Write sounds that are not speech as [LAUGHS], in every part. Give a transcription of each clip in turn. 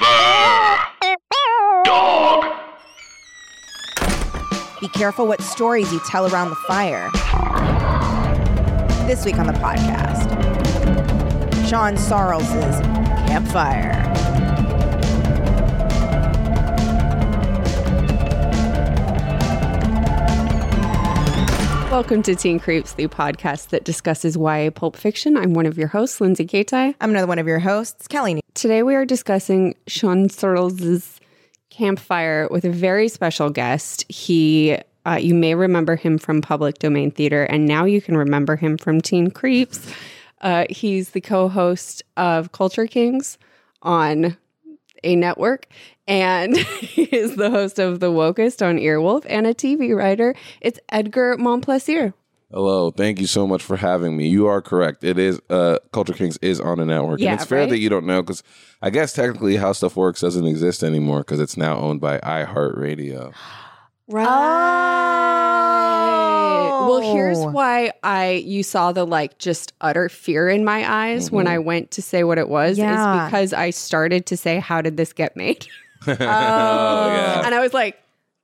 Forever. Dog. Be careful what stories you tell around the fire. This week on the podcast, Sean Sorrels' Campfire. Welcome to Teen Creeps, the podcast that discusses YA pulp fiction. I'm one of your hosts, Lindsay Kaitai. I'm another one of your hosts, Kelly. Today we are discussing Sean Sorrels' Campfire with a very special guest. He, uh, you may remember him from Public Domain Theater, and now you can remember him from Teen Creeps. Uh, he's the co-host of Culture Kings on a network, and [LAUGHS] he is the host of The Wokest on Earwolf and a TV writer. It's Edgar Montplaisir. Hello, thank you so much for having me. You are correct. It is uh Culture Kings is on a network. Yeah, and it's fair right? that you don't know cuz I guess technically How Stuff Works doesn't exist anymore cuz it's now owned by iHeartRadio. [LAUGHS] Right. Well, here's Oh. why I you saw the like just utter fear in my eyes when I went to say what it was Yeah. is because I started to say how did this get made? oh, yeah. and I was like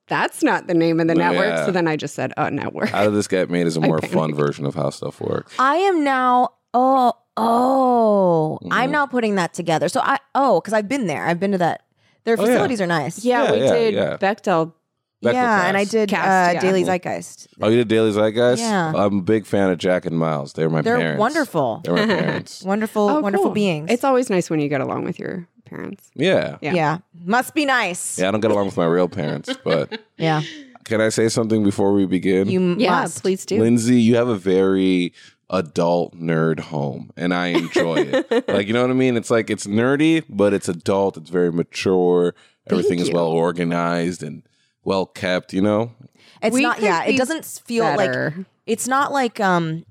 that's not the name of the No, network. yeah. So then I just said, oh, network. How did this get made is a more fun panicked. version of How Stuff Works. I am now. Oh, oh, Mm-hmm. I'm now putting that together. So I, oh, because I've been there. I've been to that. Their Oh, yeah. facilities are nice. yeah, [LAUGHS] Yeah, we yeah, did yeah. Bechdel. Bechdel yeah, and I cast. did Cast, uh, yeah. Daily Zeitgeist. Oh, you did Daily Zeitgeist? Yeah. I'm a big fan of Jack and Miles. They're my They're parents. wonderful. They're my parents. Wonderful, Oh, wonderful cool. beings. It's always nice when you get along with your parents. yeah. Yeah. yeah. must be nice. Yeah, I don't get along with my real parents, but Yeah. can I say something before we begin? You Yeah, must. please do. Lindsay, you have a very adult nerd home and I [LAUGHS] enjoy it. Like, you know what I mean? It's like it's nerdy, but it's adult, it's very mature, everything is well organized and well kept, you know? It's We not. could Yeah. be It doesn't feel like Better. it's not like um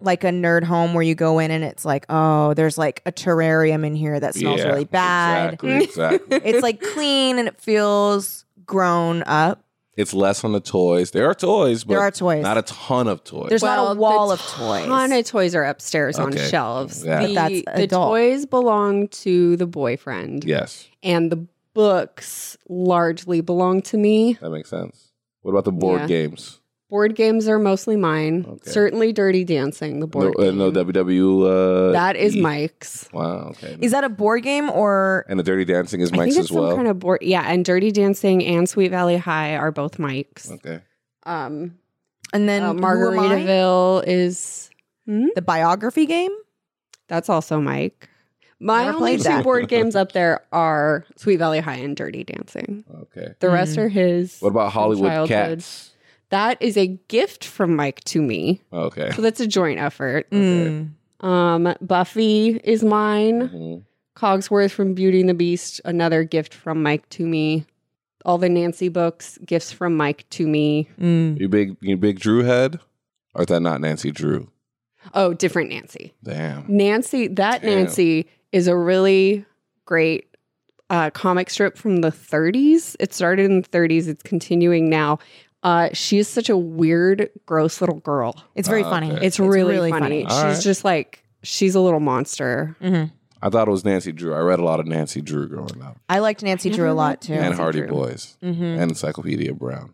like a nerd home where you go in and it's like oh there's like a terrarium in here that smells Yeah, really bad. [LAUGHS] Exactly, exactly. It's like clean and it feels grown up. it's less on the toys. There are toys, but There are toys. not a ton of toys. There's not Well, a the wall of toys. ton of toys are upstairs on Okay. shelves. Yeah. The, But that's the adult. toys belong to the boyfriend, yes, and the books largely belong to me. that makes sense. What about the board Yeah. games? Board games are mostly mine. Okay. Certainly, Dirty Dancing, the board no, uh, game. no WW. Uh, that is E. Mike's. Wow. Okay. Is that a board game or and the Dirty Dancing is I think Mike's it's as well. some kind of board. Yeah, and Dirty Dancing and Sweet Valley High are both Mike's. okay. Um, and then uh, who am I? Margaritaville is the biography game? that's also Mike. My Never only played two that. board games up there are Sweet Valley High and Dirty Dancing. Okay. Mm. The rest are his. What about Hollywood childhood. Cats? That is a gift from Mike to me. Okay. So that's a joint effort. Mm. Um, Buffy is mine. Mhm. Cogsworth from Beauty and the Beast, another gift from Mike to me. All the Nancy books, gifts from Mike to me. Mm. You big, you big Drew head, or is that not Nancy Drew? Oh, different Nancy. Damn. Nancy, that Damn. Nancy is a really great uh, comic strip from the 30s. It started in the 30s, it's continuing now. Uh, she is such a weird, gross little girl. It's very Ah, funny. okay. It's really, funny. All She's right. just like she's a little monster. Mhm. I thought it was Nancy Drew. I read a lot of Nancy Drew growing up, I liked Nancy Drew a lot too. and Hardy Boys, Mhm. and Encyclopedia Brown.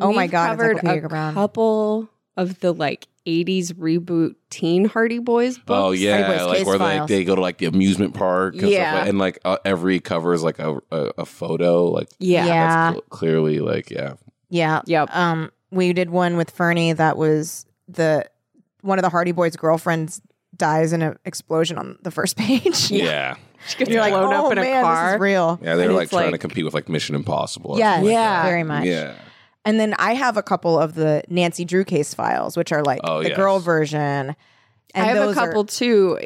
Oh my We've God, covered Encyclopedia a Brown. couple of the like '80s reboot teen Hardy Boys books. Oh Hardy yeah, Boys, like Case where like Files. they go to like the amusement park. And Yeah. stuff like- and like uh, every cover is like a a, a photo. Like yeah, Yeah. that's cl- clearly like yeah. Yeah. yep. Um, we did one with Fernie that was the one of the Hardy Boys' girlfriends dies in an explosion on the first [LAUGHS] page. yeah, She gets You're like, blown oh up in man, a this car. is real. Yeah, they And were like it's trying like- to compete with like Mission Impossible. or Yes, something like Yeah. very that. much. yeah. And then I have a couple of the Nancy Drew case files, which are like Oh, the yes. girl version. And I have a those are- couple too,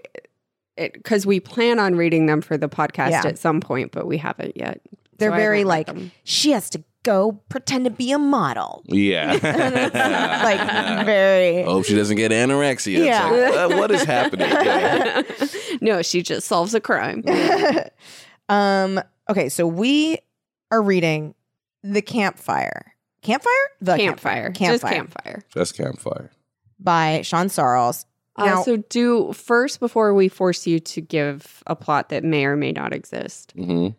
because we plan on reading them for the podcast Yeah. at some point, but we haven't yet. they're So I very haven't read like them. she has to go pretend to be a [LAUGHS] model. [LAUGHS] Yeah. [LAUGHS] like very hope Oh, she doesn't get anorexia. [LAUGHS] It's Yeah. like, uh, what is [LAUGHS] happening? Yeah. [LAUGHS] no, she just solves a crime. [LAUGHS] um okay so we are reading the campfire campfire the campfire, campfire just campfire. Just campfire. by sean sarles Uh, Now- so do first before we force you to give a plot that may or may not exist. Mhm.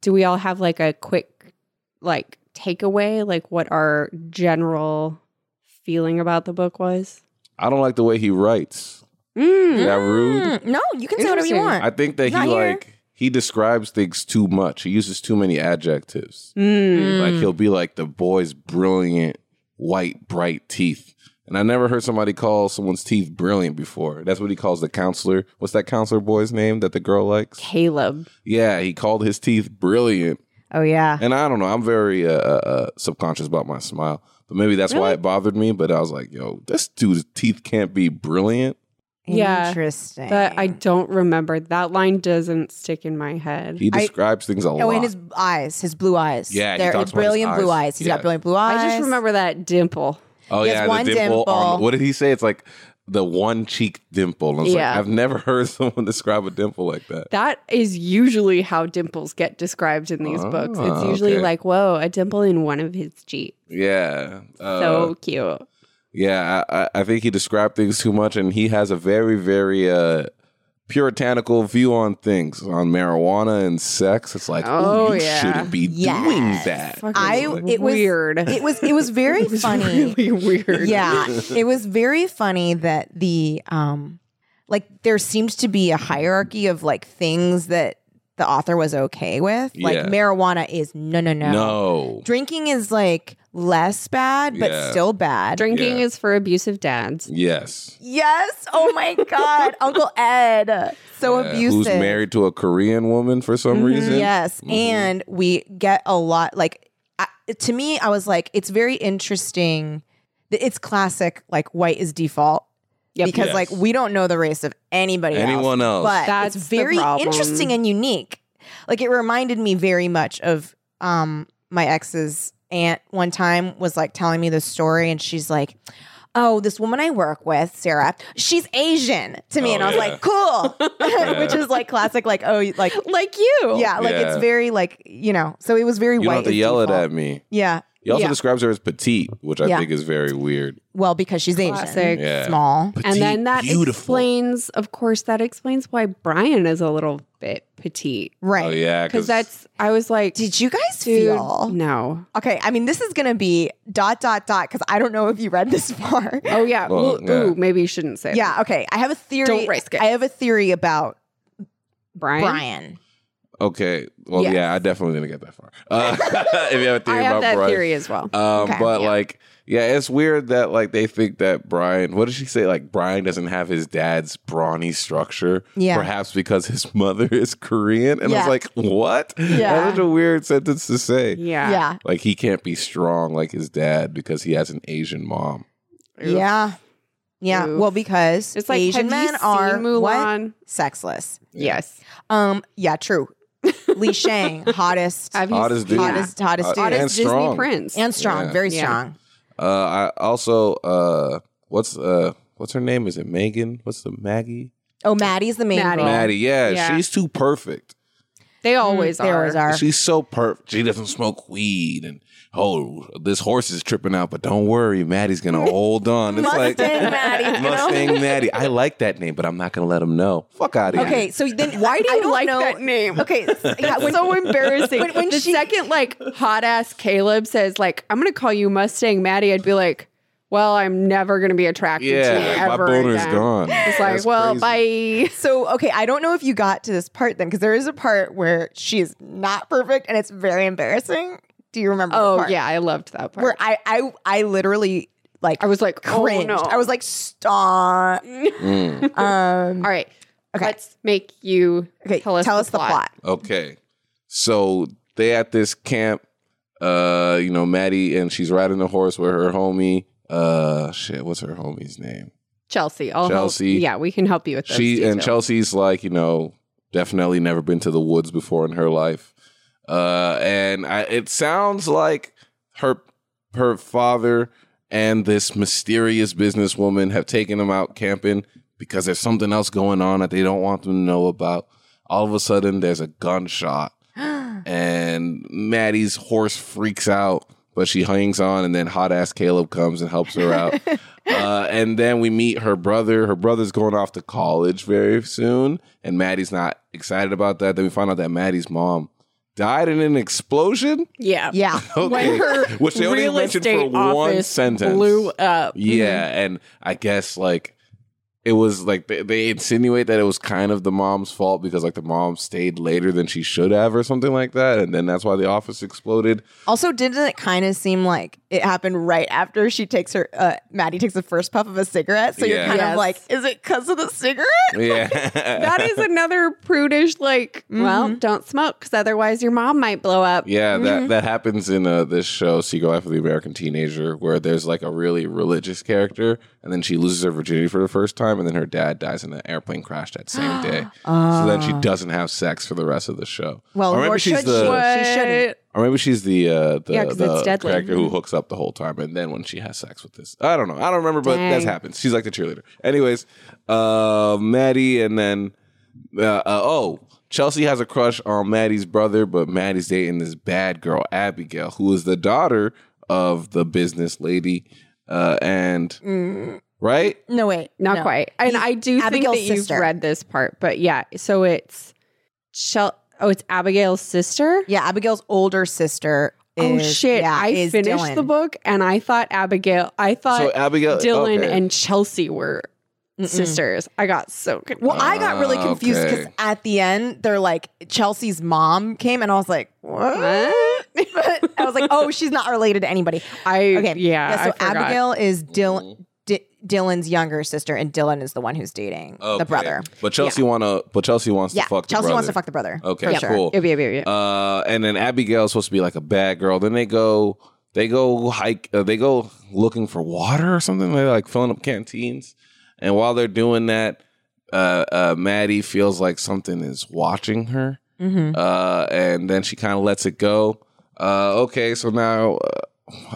Do we all have like a quick like takeaway, like what our general feeling about the book was? I don't like the way he writes. Mm. Is that rude? Mm, no, you can say whatever you Interesting. want. I think that Not he here. like he describes things too much. He uses too many adjectives. Mm. Like he'll be like the boy's brilliant, white, bright teeth. And I never heard somebody call someone's teeth brilliant before. That's what he calls the counselor. What's that counselor boy's name that the girl likes? Caleb. Yeah, he called his teeth brilliant. oh yeah. And I don't know. I'm very uh, uh, subconscious about my smile, but maybe that's why it bothered me. But I was like, "Yo, this dude's teeth can't be brilliant." Yeah. Interesting. But I don't remember. That line doesn't stick in my head. He I- describes things a Oh, lot. and his eyes, his blue eyes. Yeah, he they're talks about his brilliant blue eyes. eyes. He's Yeah. got brilliant blue eyes. I just remember that dimple. oh he has yeah, one the dimple. On, dimple. what did he say? It's like the one cheek dimple. And I was like, Yeah. I've never [LAUGHS] heard someone describe a dimple like that. That is usually how dimples get described in these books. It's Ah, usually okay. like, whoa, a dimple in one of his cheeks. Yeah. Uh, so cute. yeah, I, I- I think he described things too much, and he has a very, very uh, puritanical view on things, on marijuana and sex. It's like, oh, Oh, you yeah. shouldn't be doing Yes. that. I- Fucking it was- weird. it was [LAUGHS] it was very It was funny. really weird. [LAUGHS] yeah, it was very funny that the um, like there seemed to be a hierarchy of like things that the author was okay with. Like Yeah. marijuana is no, no, no. No. Drinking is like less bad, but Yeah. still bad. Drinking Yeah. is for abusive dads. Yes. yes. Oh my God, [LAUGHS] Uncle Ed, so Yeah, abusive. Mm-hmm. Who's married to a Korean woman for some Mm-hmm. reason? Yes, Mhm. and we get a lot. Like I, to me, I was like, it's very interesting. that It's classic. Like white is default Yep. because Yes. like we don't know the race of anybody. Anyone else, else? but That's it's the very problem. interesting and unique. Like it reminded me very much of um my ex's aunt. One time was like telling me this story, and she's like. Oh, this woman I work with, Sarah, she's Asian to me. Oh, and I was yeah. like, cool. [LAUGHS] [LAUGHS] Yeah. Which is like classic, like, oh, you- like Like you. yeah, like Yeah. it's very like you know. So it was very You white. don't have to as yell it default. at me. Yeah. He also Yeah. describes her as petite, which I Yeah. think is very weird. Well, because she's Classic. Asian, Yeah. Oh, small. Petite, And then that beautiful. explains, of course, that explains why Brian is a little bit petite. Right. Oh yeah, Because that's, I was like, Did you guys dude, feel? no. Okay, I mean, this is gonna be dot dot dot because I don't know if you read this [LAUGHS] far. Oh yeah. Well, Ooh, yeah. ooh, maybe you shouldn't say. yeah. Okay, I have a theory. Don't risk it. I have a theory about Brian. Brian. Okay. Well, Yes. yeah, I definitely didn't get that far. [LAUGHS] Uh, if you have a I theory have about that Brian. theory as [LAUGHS] well. Um, Okay. but Yeah. like, yeah, it's weird that like they think that Brian. What did she say? Like Brian doesn't have his dad's brawny structure. Yeah. Perhaps because his [LAUGHS] mother is Korean. And Yeah. I was like, what? Yeah. That's a weird sentence to say. yeah. Yeah. Like he can't be strong like his dad because he has an Asian mom. Oof. Yeah. Yeah. Oof. Well, because It's like Asian have you men seen are what Mulan. sexless. Yes. Um. Yeah. True. [LAUGHS] Li Shang, [LAUGHS] hottest, Have you Hottest dude. yeah. hottest, hottest Uh, dude, Hottest And Disney strong. prince. and strong, Yeah. very Yeah. strong. Uh, I also uh, what's uh, what's her name? Is it Megan? What's the Maggie? Oh, Maddie's the main Maddie. girl. Maddie. Yeah, Yeah. she's too perfect. they always Mm, They are. always are. She's so perfect. She doesn't smoke weed, and oh, this horse is tripping out. But don't worry, Maddie's [LAUGHS] gonna hold on. It's like Mustang Maddie's gonna- Mustang Maddie. I like that name, but I'm not gonna let him know. Fuck out of Okay, here. so then why do I you don't like know? that name. [LAUGHS] Okay, s- yeah, when- so embarrassing. When- when the she- second like hot ass Caleb says like I'm gonna call you Mustang Maddie, I'd be like, well, I'm never gonna be attracted to you Yeah, my ever boner is again. gone. It's like, That's well, crazy. bye. so okay, I don't know if you got to this part then, because there is a part where she's not perfect and it's very embarrassing. Do you remember? the Oh part? yeah, I loved that part. where I I I literally like I was like, cringed. oh no, I was like, stop. Mm, Um, [LAUGHS] all right. Okay. Let's make you okay, tell us the plot. [LAUGHS] okay, so they at this camp. Uh, you know, Maddie, and she's riding the horse with her homie. Uh, shit, what's her homie's name? Chelsea. I'll help- Chelsea. Yeah, we can help you with those. she and details. Chelsea's like, you know, definitely never been to the woods before in her life. Uh, and I, it sounds like her her father and this mysterious businesswoman have taken them out camping because there's something else going on that they don't want them to know about. All of a sudden, there's [GASPS] a gunshot, and [LAUGHS] Maddie's horse freaks out, but she hangs on, and then hot ass Caleb comes and helps her out. Uh, and then we meet her brother. Her brother's going off to college very soon, and Maddie's not excited about that. Then we find out that Maddie's mom died in an explosion. Yeah. Yeah. Okay, When her which they only real mentioned for estate one office sentence. blew up. Yeah, and I guess like it was like they, they insinuate that it was kind of the mom's fault because like the mom stayed later than she should have or something like that, and then that's why the office exploded. Also, didn't it kind of seem like it happened right after she takes her, uh, Maddie takes the first puff of a cigarette? So you're Yeah. kind Yes. of like, is it because of the cigarette? Yeah, That is another prudish, like, well, don't smoke because otherwise your mom might blow up. Mm-hmm. Yeah, that, that happens in uh, this show, Seagull Life of the American Teenager, where there's like a really religious character, and then she loses her virginity for the first time, and then her dad dies in an airplane crash that same day. so then she doesn't have sex for the rest of the show. Well, or maybe nor she's should the, she. She shouldn't. or maybe she's the uh, the, Yeah, 'cause it's the deadly. character who hooks up the whole time, and then when she has sex with this, I don't know, I don't remember, but Dang. that's happened. She's like the cheerleader. Anyways, uh, Maddie, and then uh, uh, oh, Chelsea has a crush on Maddie's brother, but Maddie's dating this bad girl, Abigail, who is the daughter of the business lady. Uh, and right? No, wait. Mm, Not no. quite. And I do Abigail's think that sister. you've read this part, but yeah. So it's Shel- Oh, it's Abigail's sister. Yeah, Abigail's older sister. oh is- shit! yeah, I is finished Dylan. the book, and I thought Abigail. I thought So Abigail, Dylan okay. and Chelsea were sisters. I got so confused. Well, I got really Ah, confused because okay. at the end, they're like, Chelsea's mom came, and I was like, what? [LAUGHS] but I was like, oh, she's not related to anybody. I Okay. yeah. I so forgot. Abigail is Dylan. D- Dylan's younger sister, and Dylan is the one who's dating Mm-hmm. Okay. the brother. But Chelsea wanna but Chelsea wants Yeah, to fuck the Chelsea wants brother. to fuck the brother. Okay, for sure. cool. Yeah, yeah, yeah, yeah. Uh, and then Abigail's supposed to be like a bad girl. Then they go, they go hike, uh, they go looking for water or something. They're like filling up canteens, and while they're doing that, uh, uh, Maddie feels like something is watching her, Mm-hmm. [LAUGHS] uh, and then she kind of lets it go. Uh, okay, so now. Uh,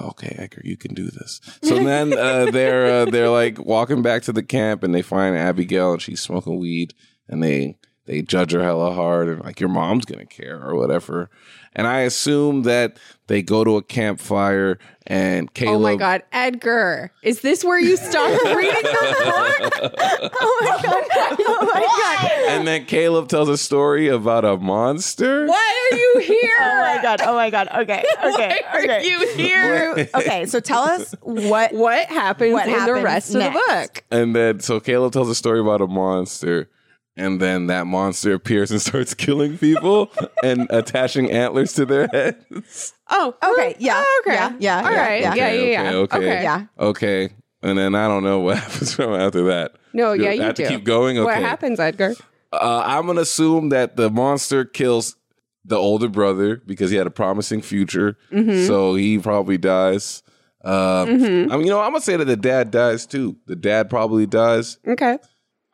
Okay, Edgar, you can do this. [LAUGHS] So then uh, they're uh, they're like walking back to the camp, and they find Abigail, and she's smoking weed, and they they judge her hella hard and like your mom's gonna care or whatever. And I assume that they go to a campfire and Caleb. Oh my god, Edgar! Is this where you stopped reading the book? Oh my god! Oh my god! [LAUGHS] And then Caleb tells a story about a monster. Why are you here? Oh my god! Oh my god! Okay, okay, [LAUGHS] Why are okay. you here? [LAUGHS] okay, so tell [LAUGHS] us what What happens What in the happens rest of next? the book? And then so Caleb tells a story about a monster. And then that monster appears and [LAUGHS] starts killing people and attaching antlers to their heads. Oh, Okay, yeah, oh, okay, yeah, yeah, All yeah, right, yeah, yeah. yeah, Okay, yeah, okay, okay. Yeah. Okay. And then I don't know what [LAUGHS] happens from after that. No, Oh, yeah, I you have do. To keep going. Okay. What happens, Edgar? Uh, I'm gonna assume that the monster kills the older brother because he had a promising future, Mm-hmm. so he probably dies. Uh, I mean, you know, I'm gonna say that the dad dies too. The dad probably dies. Okay,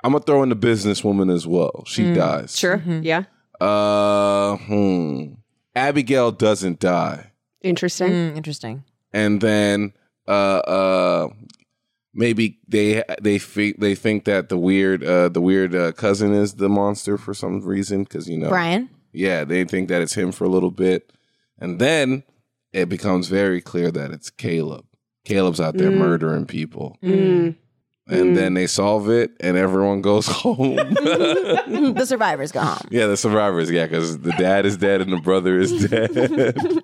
I'm gonna throw in the businesswoman as well. She dies. sure, yeah, Uh, hmm. Abigail doesn't die, interesting. Mm, interesting. and then uh, uh, maybe they they think they think that the weird uh, the weird uh, cousin is the monster for some reason because you know Brian. yeah, they think that it's him for a little bit. And then it becomes very clear that it's Caleb. Caleb's out there murdering people. Mm. Mm-hmm. Mm. And then they solve it and everyone goes [LAUGHS] home. Mm. The survivors go home. yeah, the survivors, yeah, because the dad is dead and the brother is dead.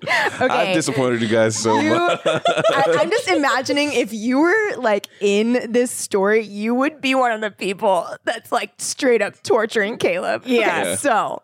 [LAUGHS] I've Okay. disappointed you guys so much. [LAUGHS] I, I'm just imagining if you were like in this story, you would be one of the people that's like straight up torturing Caleb. Yeah. Yeah. [LAUGHS] So,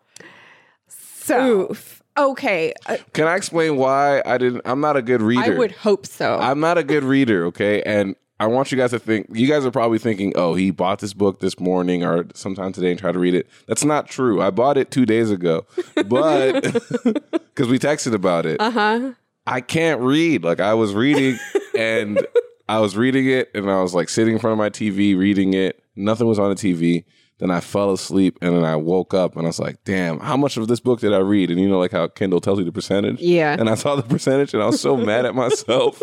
so Oof. Okay, uh, I, Can I explain why I didn't? I'm not a good I reader. would hope so. I'm not a good reader, okay? And I want you guys to think, you guys are probably thinking, oh, he bought this book this morning or sometime today and tried to read it. That's not true. I bought it two days ago, but [LAUGHS] because we texted about it. Uh huh. Uh-huh. I can't read. Like, I was [LAUGHS] reading and I was reading it and I was like sitting in front of my TV reading it. Nothing was on the TV. Then I fell asleep and then I woke up and I was like, damn, how much of this book did I read? And you know, like how Kindle tells you the percentage? Yeah. And I saw the percentage and I was so mad at myself. [LAUGHS] [LAUGHS]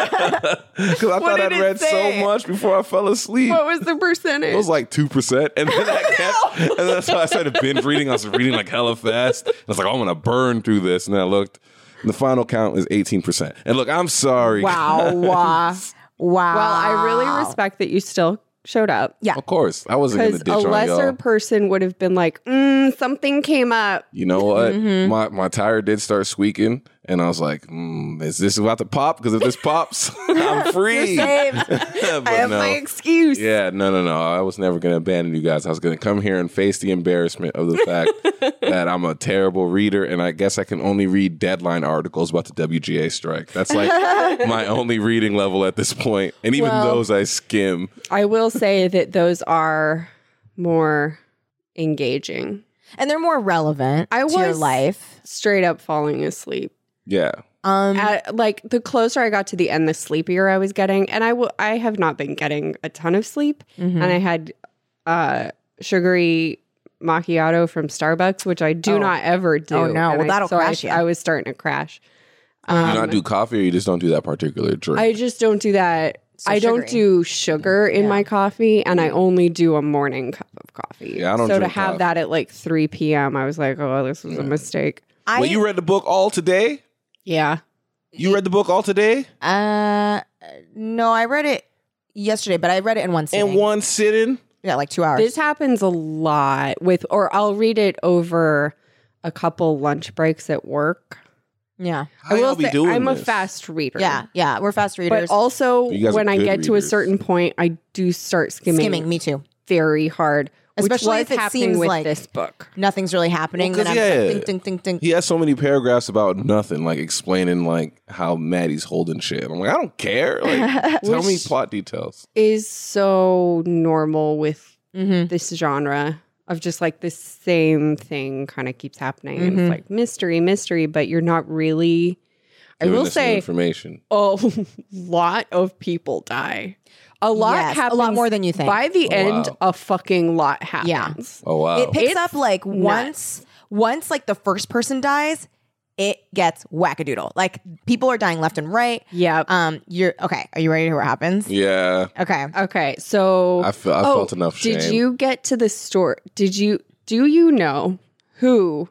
Because I thought did I'd it read say? so much before I fell asleep. what was the percentage? It was like two percent, and then I kept, and that's why I started binge reading. I was reading like hella fast. I was like, "Oh, I'm gonna burn through this, and then I looked, and the final count is eighteen percent. And look, I'm sorry. wow. Wow. Well, I really respect that you still showed up Yeah. [LAUGHS] Of course, I wasn't gonna because ditch a on lesser y'all. person would have been like, mm, something came up. You know what? Mhm. My my tire did start squeaking, and I was like, mm, "Is this about to pop? Because if this pops, [LAUGHS] I'm free." [LAUGHS] But I have no. my excuse. Yeah, no, no, no. I was never going to abandon you guys. I was going to come here and face the embarrassment of the [LAUGHS] fact that I'm a terrible reader, and I guess I can only read deadline articles about the WGA strike. That's [LAUGHS] like my only reading level at this point, and even Well- those I skim. I will say that those are more engaging. [LAUGHS] And they're more relevant I to your was- life. Straight up falling asleep. Yeah, Um, At, like the closer I got to the end, the sleepier I was getting, and I will. I have not been getting a ton of sleep, mhm. and I had uh, sugary macchiato from Starbucks, which I do Oh. not ever do. Oh, no. And Well, I- that'll so I- crash ya. I, was starting to crash. Um, you not do coffee, or you just don't do that particular drink. I just don't do that. So I don't sugary. do sugar in Yeah. my coffee, and I only do a morning cup of coffee. Yeah, I don't so to drink have coffee. that at like three p.m., I was like, "Oh, this was a mistake." I, well, you read the book all today. Yeah, You read the book all today uh, no, I read it yesterday, but I read it in one sitting. in one sitting. yeah, like two hours. this happens a lot with, or I'll read it over a couple lunch breaks at work. yeah, How I will y'all be say, doing I'm a this? fast reader. yeah, yeah. We're fast readers. But also, You guys are when I good get to a readers. certain point, I do start skimming, skimming. Me too. very hard, Especially which if was it happening seems with like- this book. Nothing's really happening. Well, 'cause, then I'm just like, yeah. think, think, think, think. He has so many paragraphs about nothing, like explaining like how Maddie's holding shit. I'm like, I [LAUGHS] don't care. Like, tell me Which- plot details. Is so normal with Mm-hmm. this genre of just like the same thing kind of keeps happening. And Mhm. It's like mystery, mystery, but you're not really. I Giving will us new say information. a [LAUGHS] lot of people die. A lot a happens. lot more than you think. By the Oh, end, wow. a fucking lot happens. Oh wow, it picks It's up like once once like the first person dies, it gets wackadoodle. Like people are dying left and right. Yeah. Um, you're okay. Are you ready to hear what happens? yeah. Okay. okay. So I, fe- I Oh, felt enough shame. did you get to the store? Did you? Do you know who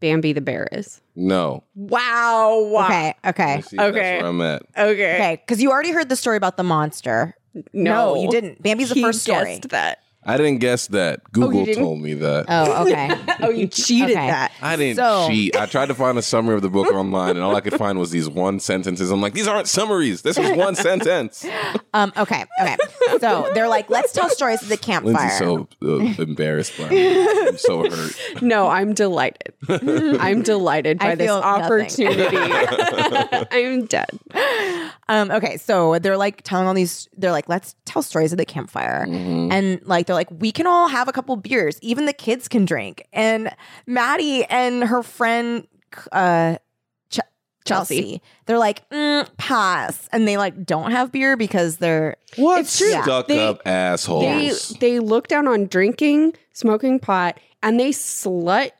Bambi the bear is? No. Wow. Okay. Okay. You see, that's Okay. where I'm at. Okay. Okay. Because you already heard the story about the monster. No, you didn't. Bambi's the He first story. guessed that. I didn't guess that. Google Oh, didn't? told me that. [LAUGHS] Oh, [LAUGHS] okay. Oh, you cheated Okay. that. I didn't So- cheat. I tried to find a summary of the book online, and all I could find was these one sentences. I'm like, these aren't summaries. This is one sentence. [LAUGHS] um, okay. Okay. So they're like, let's tell stories at the campfire. Lindsay's so uh, embarrassed by me. I'm [LAUGHS] so hurt. No, I'm [LAUGHS] delighted. I'm delighted I by this feel nothing. opportunity. [LAUGHS] I'm dead. Um, okay, so they're like telling all these. They're like, let's tell stories at the Mm-hmm. campfire, and like they're like, we can all have a couple beers. Even the kids can drink. And Maddie and her friend uh, Ch- Chelsea, Chelsea. they're like, mm, pass, and they like don't have beer because they're What It's true. stuck They- up They assholes? they look down on drinking, smoking pot, and they slut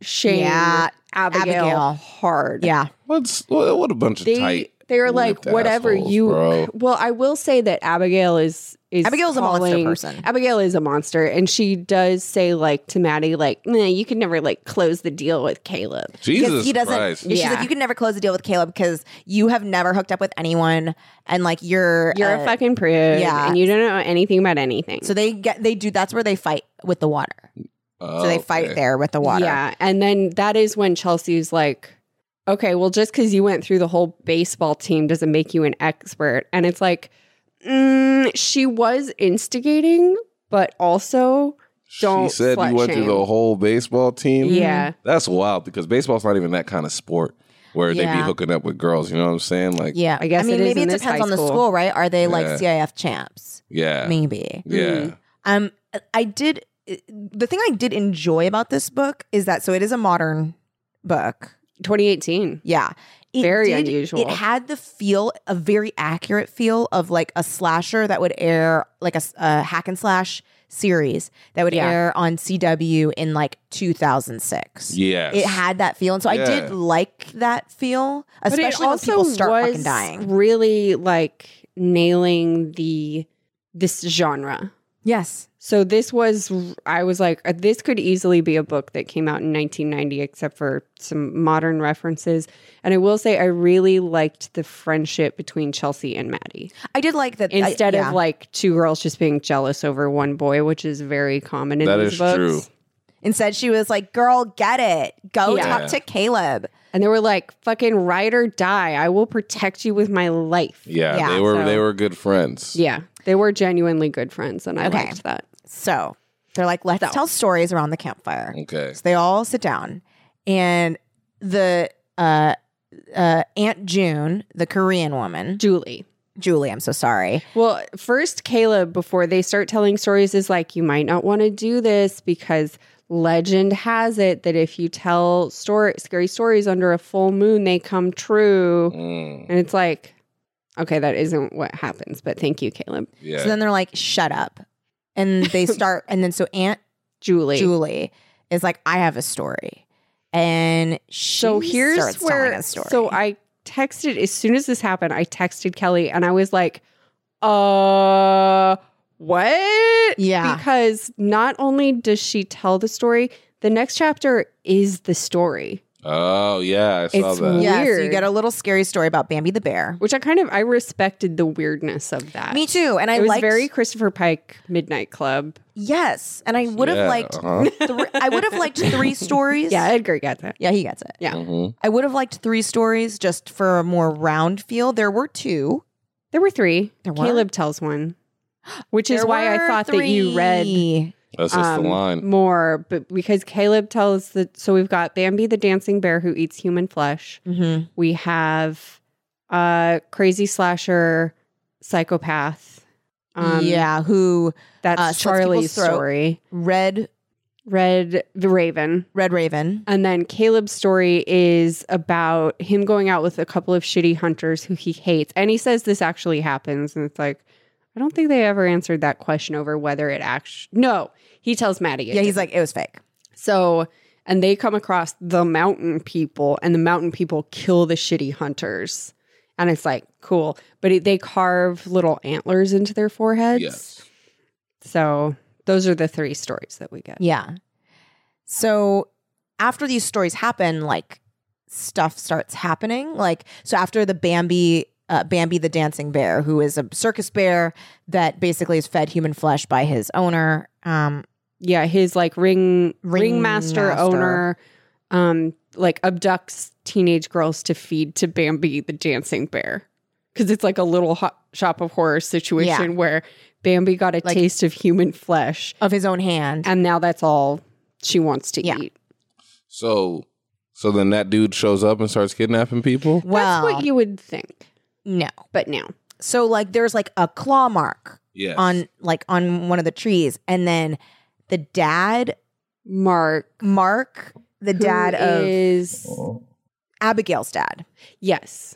shame Yeah, Abigail, Abigail. hard. yeah, What's what, what a bunch of They tight. they are like lipped whatever assholes, you. bro. Well, I will say that Abigail is is Abigail's a monster calling- person. Abigail is a monster, and she does say like to Maddie, like, nah, you can never like close the deal with Caleb. Jesus because he doesn't. Christ. She's Yeah. like, you can never close the deal with Caleb because you have never hooked up with anyone, and like you're You're uh, a fucking prude. yeah. And you don't know anything about anything. So they get they do. That's where they fight with the water. So they fight Oh, Okay. there with the water. Yeah. And then that is when Chelsea's like, okay, well, just because you went through the whole baseball team doesn't make you an expert. And it's like, mm, she was instigating, but also, Don't She said slut you went shame. through the whole baseball team. Mm-hmm. yeah. That's wild because baseball's not even that kind of sport where they Yeah. be hooking up with girls. You know what I'm saying? Like, Yeah. yeah. I guess I mean, it is maybe in it this depends high on the school. school, right? Are they like Yeah. CIF champs? Yeah. Maybe. Mm. Um, I did. The thing I did enjoy about this book is that so it is a modern book. 2018. Yeah. It Very did- unusual. It had the feel, a very accurate feel of like a slasher that would air, like a, s- a hack and slash series that would Yeah. air on CW in like 2006. Yes. It had that feel. And so I Yeah. did like that feel, But it especially when also people start fucking was dying. Really like nailing the this genre. Yes. So this was, I was like, uh, this could easily be a book that came out in 1990, except for some modern references. And I will say, I really liked the friendship between Chelsea and Maddie I did like that. I- instead yeah. of like two girls just being jealous over one boy, which is very common in That these is books. true. Instead, she was like, "Girl, get it. Go Yeah. talk to Caleb." And they were like, fucking ride or die. I will protect you with my life. Yeah, Yeah, they were so- they were good friends. Yeah. They were genuinely good friends. And I Okay. liked that. So they're like, "Let's tell stories around the campfire." Okay. So they all sit down, and the uh, uh, Aunt June, the Korean woman, Julie. Julie. I'm so sorry. Well, first, Caleb, before they start telling stories, is like, you might not want to do this because legend has it that if you tell story, scary stories under a full moon, they come true. Mm, And it's like, okay, that isn't what happens, but thank you, Caleb. yeah. So then they're like, "Shut up," and they start. and then so Aunt Julie. Julie is like, "I have a story," and she So here's starts where. telling a story. So I texted as soon as this happened. I texted Kelly and I was like, "Uh, what?" Yeah. because not only does she tell the story, the next chapter is the story, oh yeah, I saw It's that. weird. yeah, so you get a little scary story about Bambi the bear. which I kind of I respected the weirdness of that. Me too, and I It was liked very Christopher Pike Midnight Club. yes, and I would have Yeah, liked. [LAUGHS] uh-huh. Three, I would have liked three stories. Yeah, Edgar got that. yeah, he gets it. Yeah. Mhm. I would have liked three stories just for a more round feel. There were two. There were three. There were? Caleb tells one, which is There why I were thought that you read three. That's just um, the line. more, but because Caleb tells that. So we've got Bambi the dancing bear who eats human flesh. Mhm. We have uh crazy slasher psychopath. Um, yeah, who that's uh, slits Charlie's people's throat. story. Red Red the Raven. Red Raven. And then Caleb's story is about him going out with a couple of shitty hunters who he hates. And he says this actually happens. And it's like, I don't think they ever answered that question over whether it actually. No, he tells Maddie. it Yeah, did. he's like it was fake. So, and they come across the mountain people, and the mountain people kill the shitty hunters. And it's like, cool. But it, they carve little antlers into their foreheads. Yes. So, those are the three stories that we get. Yeah. So after these stories happen, like stuff starts happening. Like so after the Bambi uh, Bambi the dancing bear, who is a circus bear that basically is fed human flesh by his owner. Um, Yeah. His like ring, ringmaster Ringmaster. owner, um, like abducts teenage girls to feed to Bambi the dancing bear. Cause it's like a little ho- shop of horror situation where Bambi got a Like- taste of human flesh. of his own hand. And now that's all she wants to Yeah. eat. So so then that dude shows up and starts kidnapping people. well, That's what you would think. no. But now, So like there's like a claw mark Yes. on like on one of the trees, and then the dad Mark, Mark, the dad who of is Abigail's dad. yes,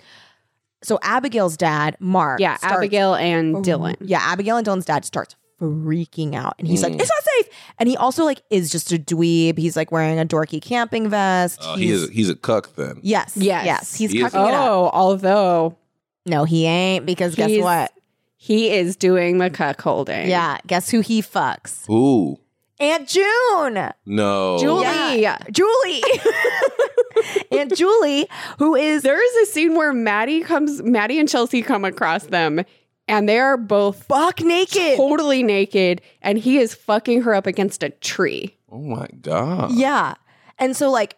So Abigail's dad, Mark. yeah, starts- Abigail and Dylan. Yeah, Abigail and Dylan's dad starts freaking out, and he's like, Mm. "It's not safe." And he also like is just a dweeb. He's like wearing a dorky camping vest. Oh, he is he's a cuck then. Yes, Yes. yes, yes. He's He is- cucking it up. Oh, although No, he ain't because guess He's- what? he is doing the cuckolding. Yeah, guess who he fucks? Who? Aunt June. No. Julie. Yeah. Julie. [LAUGHS] Aunt Julie, who is There is a scene where Maddie comes, Maddie and Chelsea come across them, and they are both buck naked. totally naked, and he is fucking her up against a tree. Oh my god. Yeah. And so like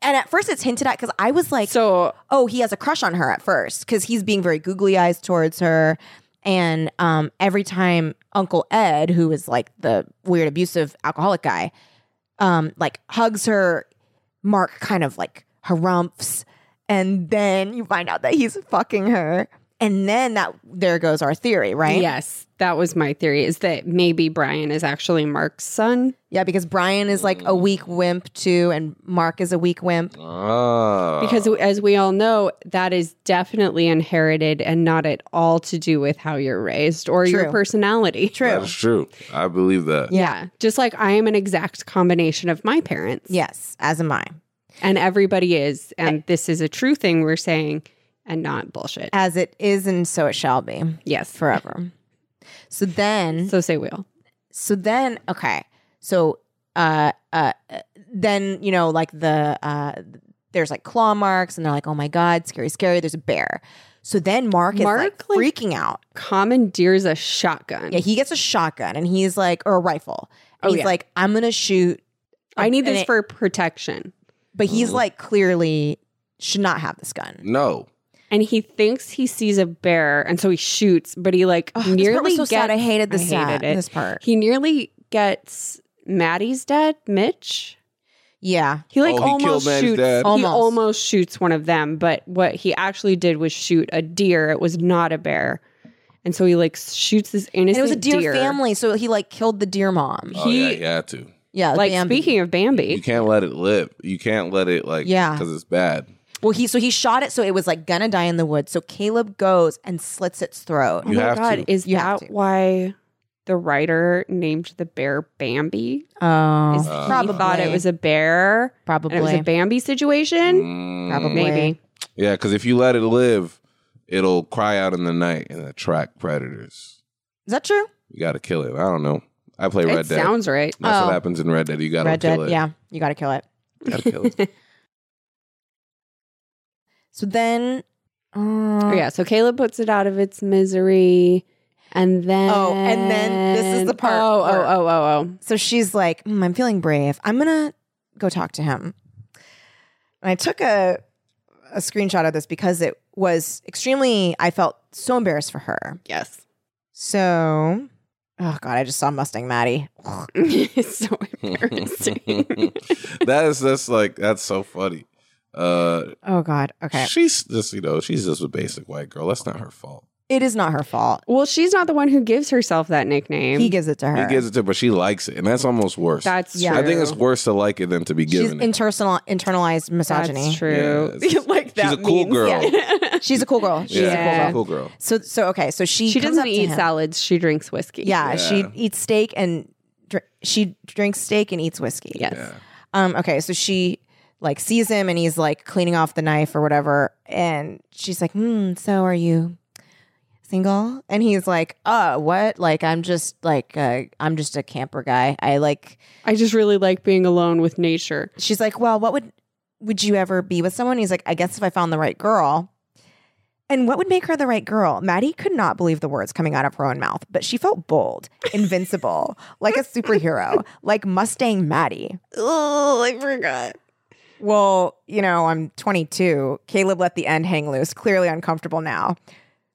and at first it's hinted at because I was like, So oh, he has a crush on her at first because he's being very googly eyes towards her. And um, every time Uncle Ed, who is like the weird abusive alcoholic guy, um, like hugs her, Mark kind of like harumphs, and then you find out that he's fucking her, and then that there goes our theory, right? yes, that was my theory: is that maybe Brian is actually Mark's son. yeah, because Brian is like a weak wimp too, and Mark is a weak wimp. Ah. Because as we all know, that is definitely inherited and not at all to do with how you're raised or your True. personality. that True. is true. I believe that. Yeah. Just like I am an exact combination of my parents. Yes, as am I. And everybody is. And this is a true thing we're saying and not bullshit. As it is, and so it shall be yes. forever. So then, So say we all. so then okay so uh uh then you know like the uh there's like claw marks and they're like oh my god scary scary there's a bear so then mark is Mark, like- like freaking out commandeers a shotgun. yeah he gets a shotgun and he's like or a rifle and Oh, he's yeah. like i'm gonna shoot I need and this it- for protection. but he's Mhm. like clearly should not have this gun No. And he thinks he sees a bear and so he shoots, but he like Ugh, Oh, this part nearly was so sad. I gets- hated this. I sad- hated it. This part. he nearly gets Maddie's dad, Mitch. yeah. He like Oh, he killed almost Maddie's shoots. dad. He Almost. almost shoots one of them, but what he actually did was shoot a deer. It was not a bear, and so he like shoots this And innocent. it was a deer, deer. family, so he like killed the deer mom. oh yeah, He- you had to. Yeah. Like Bambi. speaking of You Bambi, can't let it live. You can't let it like Yeah. because it's bad. Well, he so he shot it, so it was like gonna die in the woods. So Caleb goes and slits its throat. oh You my have god, to. is You have that to. why the writer named the bear Bambi? Oh, Is Uh, he thought it was a bear and probably. it was a Bambi situation? Mm. Probably. Maybe. Yeah, because if you let it live, it'll cry out in the night and attract predators. Is that true? You got to kill it. I don't know. I play Red it Dead. sounds right. That's Oh. what happens in Red Dead. You got to Red Dead. kill it. Yeah, you gotta kill it. Gotta kill it. So then, uh, Oh, [LAUGHS] yeah, so Caleb puts it out of its misery, and then Oh, and then this is the part Oh, where- oh, oh, oh, So she's like, "Hmm, I'm feeling brave. I'm gonna go talk to him. And I took a a screenshot of this because it was extremely. I felt so embarrassed for her. yes. [LAUGHS] So, oh god, I just saw Mustang Maddie. Ugh. it's so [LAUGHS] [LAUGHS] embarrassing. that is just like that's so funny. Uh, Oh god. Okay, she's just you know she's just a basic white girl. That's not her fault. it is not her fault. well, she's not the one who gives herself that nickname. He gives it to her. He gives it to, her, but she likes it, and that's almost worse. That's Yeah. true. I think it's worse to like it than to be She's given it. internal internalized misogyny. That's true. [LAUGHS] Yeah, it's- like she's that a cool means- girl. Yeah. She's a cool girl. She's a cool Yeah. girl. cool girl. So so okay. So [LAUGHS] she she comes up to doesn't eat him. salads. She drinks whiskey. Yeah, Yeah. she eats steak and dr- she drinks steak and eats whiskey. Yes. Yeah. Um. Okay. So she like sees him and he's like cleaning off the knife or whatever, and she's like, "Hmm. So are you single?" And he's like, "Uh, what? Like, I'm just like, uh, I'm just a camper guy. I like." I just really like being alone with nature. She's like, "Well, what would would you ever be with someone?" He's like, "I guess if I found the right girl." And what would make her the right girl? Maddie could not believe the words coming out of her own mouth, but she felt bold, invincible, like a superhero, [LAUGHS] like Mustang Maddie. Oh, I forgot. Well, you know, I'm 22. Caleb let the end hang loose, clearly uncomfortable now.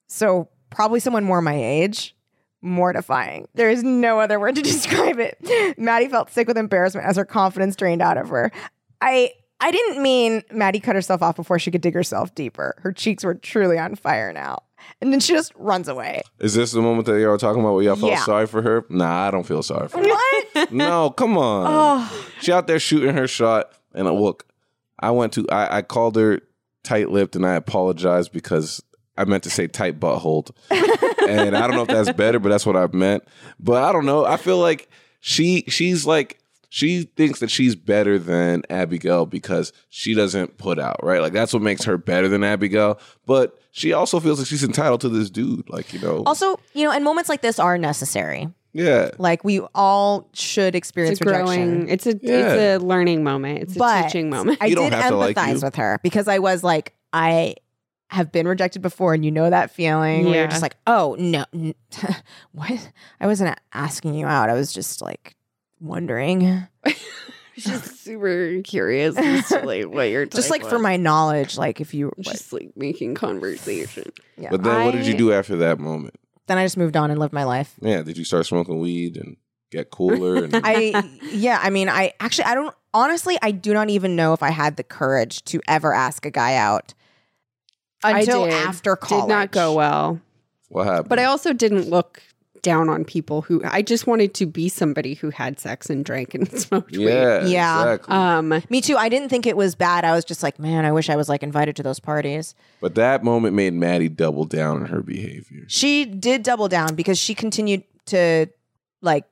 So, probably someone more my age. Mortifying. There is no other word to [LAUGHS] describe it. Maddie felt sick with embarrassment as her confidence drained out of her. I I didn't mean Maddie cut herself off before she could dig herself deeper. Her cheeks were truly on fire now. And then she just runs away. Is this the moment that y'all were talking about where y'all felt Yeah. sorry for her? Nah, I don't feel sorry for her. [LAUGHS] What? no, come on. oh, She out there shooting her shot. And uh, look, I went to, I, I called her tight lipped and I apologized because I meant to say [LAUGHS] tight buttholed. and I don't know if that's better, but that's what I meant. But I don't know. I feel like she, she's like, she thinks that she's better than Abigail because she doesn't put out, right? Like that's what makes her better than Abigail. But she also feels like she's entitled to this dude, like you know. also, you know, and moments like this are necessary. yeah, Like we all should It's experience a rejection. growing. It's a Yeah. it's a learning moment. It's a But [LAUGHS] teaching moment. I You don't did have to empathize like you. with her because I was like, I have been rejected before, and you know that feeling where you're Yeah. just like, oh no, n- [LAUGHS] what? I wasn't asking you out. I was just like wondering, She's super curious as to like what you're just like for my knowledge, like if you. What, just like making conversation. yeah. But then, what did you I- do after that moment? then I just moved on and lived my life. Yeah, did you start smoking weed and get cooler? And [LAUGHS] I yeah, I mean, I actually I don't honestly I do not even know if I had the courage to ever ask a guy out I until did. after college. Did not go well. what happened? But I also didn't look down on people who I just wanted to be somebody who had sex and drank and [LAUGHS] smoked weed. yeah, Yeah. exactly. Um Me too. I didn't think it was bad. I was just like, man, I wish I was like invited to those parties. but that moment made Maddie double down on her behavior. She did double down because she continued to like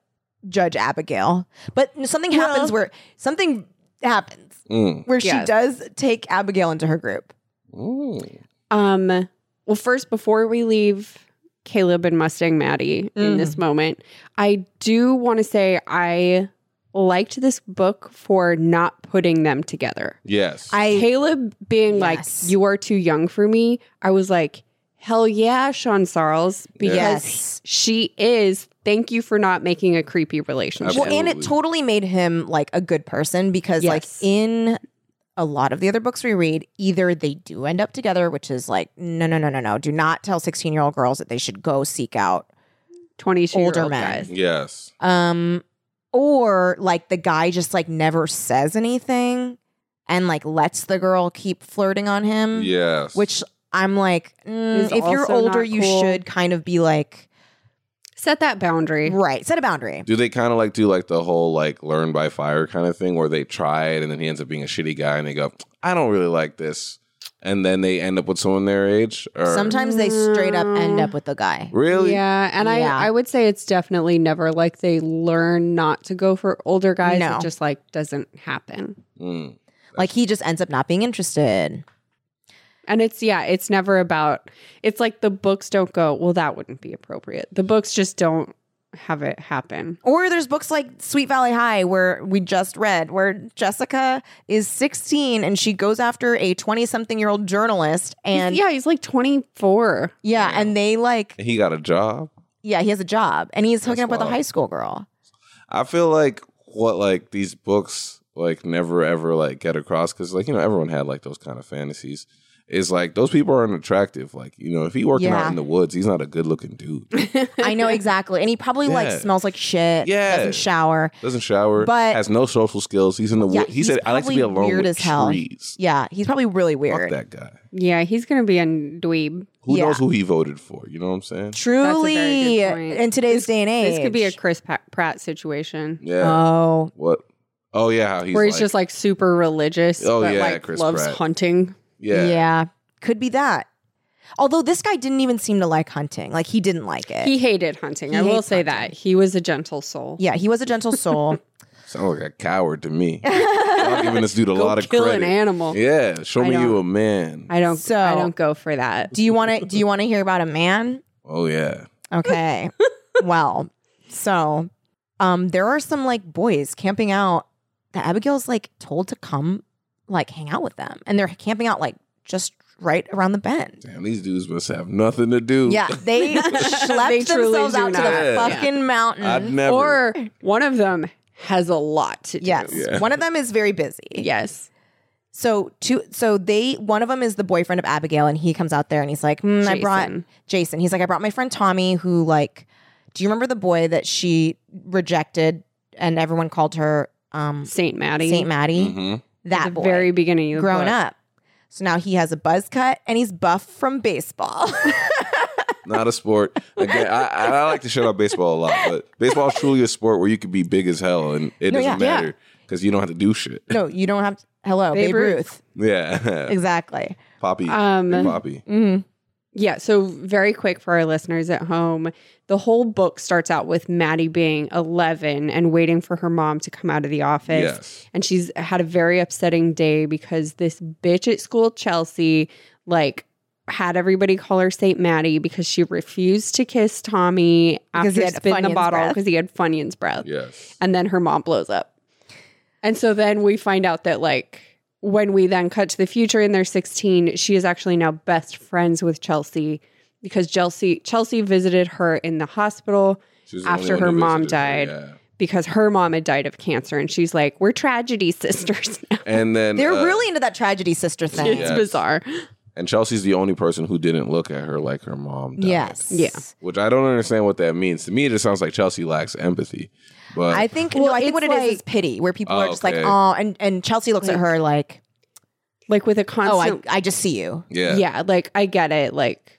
judge Abigail. But something happens where something happens Mm. where she Yes. does take Abigail into her group. Mm. um well first before we leave Caleb and Mustang Maddie in Mm. this moment. I do want to say I liked this book for not putting them together. Yes. I Caleb being Yes. like, "You are too young for me," I was like, "Hell yeah, Sean Sarles," because yes. she is. Thank you for not making a creepy relationship. Well, and it Absolutely. totally made him like a good person because like Yes. in a lot of the other books we read, either they do end up together, which is like no, no, no, no, no. Do not tell sixteen-year-old girls that they should go seek out Twenty-two older older men. guys. yes. Um, or like the guy just like never says anything and like lets the girl keep flirting on him. Yes. Mm. Which I'm like, mm, Is if you're also older, not you cool. should kind of be like, Set that boundary. right, set a boundary. do they kind of like do like the whole like learn by fire kind of thing where they try it and then he ends up being a shitty guy and they go, I don't really like this. And then they end up with someone their age? Or Sometimes they straight up end up with the guy. really? Yeah, and Yeah. I, I would say it's definitely never like they learn not to go for older guys. No. It just like doesn't happen. Mm. Like he just ends up not being interested. And it's yeah, it's never about it's like the books don't go, well, that wouldn't be appropriate. The books just don't have it happen. Or there's books like Sweet Valley High, where we just read, where Jessica is 16 and she goes after a 20 something year old journalist. And yeah, he's like 24. yeah, and they like And he got a job. Yeah, he has a job and he's hooking That's up with a wild. high school girl. I feel like what like these books like never ever like get across because like you know everyone had like those kind of fantasies is like those people aren't attractive. Like you know if he working Yeah. out in the woods, he's not a good looking dude. I [LAUGHS] know exactly. And he probably like Yeah. smells like shit. Yeah. Doesn't shower. Doesn't shower, But- has no social skills. He's in the Yeah, woods. He he's said, "I like to be probably alone weird as with hell. trees." Yeah. He's probably really Fuck weird. that guy. Yeah, he's gonna be a dweeb. Who Yeah. knows who he voted for? You know what I'm saying? Truly point. in today's day and age. This could be a Chris Pa- Pratt situation. Yeah. Oh. what? Oh yeah, how he's where he's like, just like super religious, Oh, but yeah, like Chris loves Pratt. hunting. Yeah. yeah, yeah. Could be that. Although this guy didn't even seem to like hunting. Like he didn't like it. He hated hunting. He I will hates say hunting. that. He was a gentle soul. yeah, he was a gentle [LAUGHS] soul. Sounds like a coward to me. I'm giving this dude a Go lot of kill credit. an animal. Yeah, show I me you don't- a man. I don't So- I don't go for that. do you want to do you want to hear about a man? oh yeah. [LAUGHS] Okay. well, so um there are some like boys camping out that Abigail's like told to come like hang out with them. And they're camping out like just right around the bend. Damn, these dudes must have nothing to do. [LAUGHS] Yeah, they schlepped They truly themselves do out to not. the Yeah. fucking mountain. I'd never. Mm-hmm. Or one of them has a lot to do. yes. Yeah. One of them is very busy. Yes. So two so they one of them is the boyfriend of Abigail and he comes out there and he's like, Mm, "Hmm, I brought Jason. Jason. He's like, I brought my friend Tommy, who like, do you remember the boy that she rejected and everyone called her um Saint Maddie. Saint Maddie? Mhm. That At the boy very beginning of the grown book. up. So now he has a buzz cut and he's buff from baseball. [LAUGHS] not a sport. Again, I, I I like to shut up baseball a lot, but baseball is truly a sport where you can be big as hell and it No, doesn't yeah. Yeah. matter because you don't have to do shit. no, you don't have to. Hello, Babe, Babe Ruth. Ruth. Yeah, Exactly. Poppy, Um, Big Poppy. Mhm. Yeah. So, very quick for our listeners at home, the whole book starts out with Maddie being 11 and waiting for her mom to come out of the office. Yes. And she's had a very upsetting day because this bitch at school, Chelsea, like, had everybody call her Saint Maddie because she refused to kiss Tommy Because he after had spitting the Funyun's bottle breath. because he had Funyun's breath. Yes. and then her mom blows up. And so then we find out that like when we then cut to the future and they're 16, she is actually now best friends with Chelsea because Chelsea Chelsea visited her in the hospital She was the only after one her who mom visited her, died. yeah. because her mom had died of cancer and she's like, "We're tragedy sisters [LAUGHS] now." And then They're uh, really into that tragedy sister thing. it's Yes. bizarre. And Chelsea's the only person who didn't look at her like her mom. Died, Yes. Yeah. Which I don't understand what that means. To me, it just sounds like Chelsea lacks empathy. But I think no, Well, I think what it it's is is like- pity, where people are Oh, just okay. like, oh, and, and Chelsea looks at Like- her like, Like with a oh, I, constant I just see you. yeah, yeah, like I get it. Like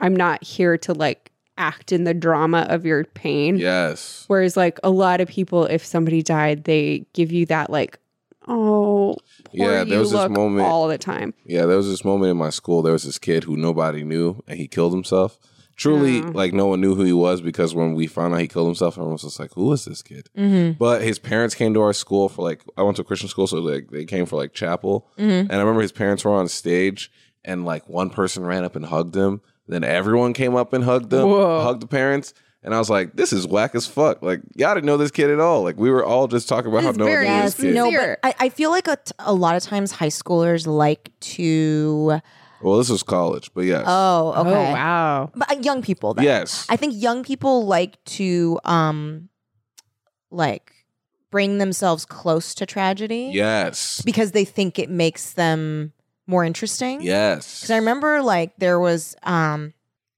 I'm not here to like act in the drama of your pain. yes, Whereas, like a lot of people, if somebody died, they give you that like, oh, poor Yeah, there you was this look moment- all the time. yeah. There was this moment in my school. There was this kid who nobody knew, and he killed himself. Truly, Oh. like no one knew who he was because when we found out he killed himself, everyone was just like, "Who is this kid?" Mm-hmm. But his parents came to our school for like I went to a Christian school, so like they came for like chapel. Mm-hmm. And I remember his parents were on stage, and like one person ran up and hugged him, Then everyone came up and hugged them, Whoa. hugged the parents. And I was like, this is whack as fuck. Like, y'all didn't know this kid at all. Like, we were all just talking about how is no one very knew this sincere. kid. No, Sincere. but I, I feel like a, t- a lot of times high schoolers like to. Well, this was college, but yes. Oh, okay. Oh wow. But uh, young people, then. yes. I think young people like to, um, like, bring themselves close to tragedy. yes. Because they think it makes them more interesting. yes. Because I remember like there was um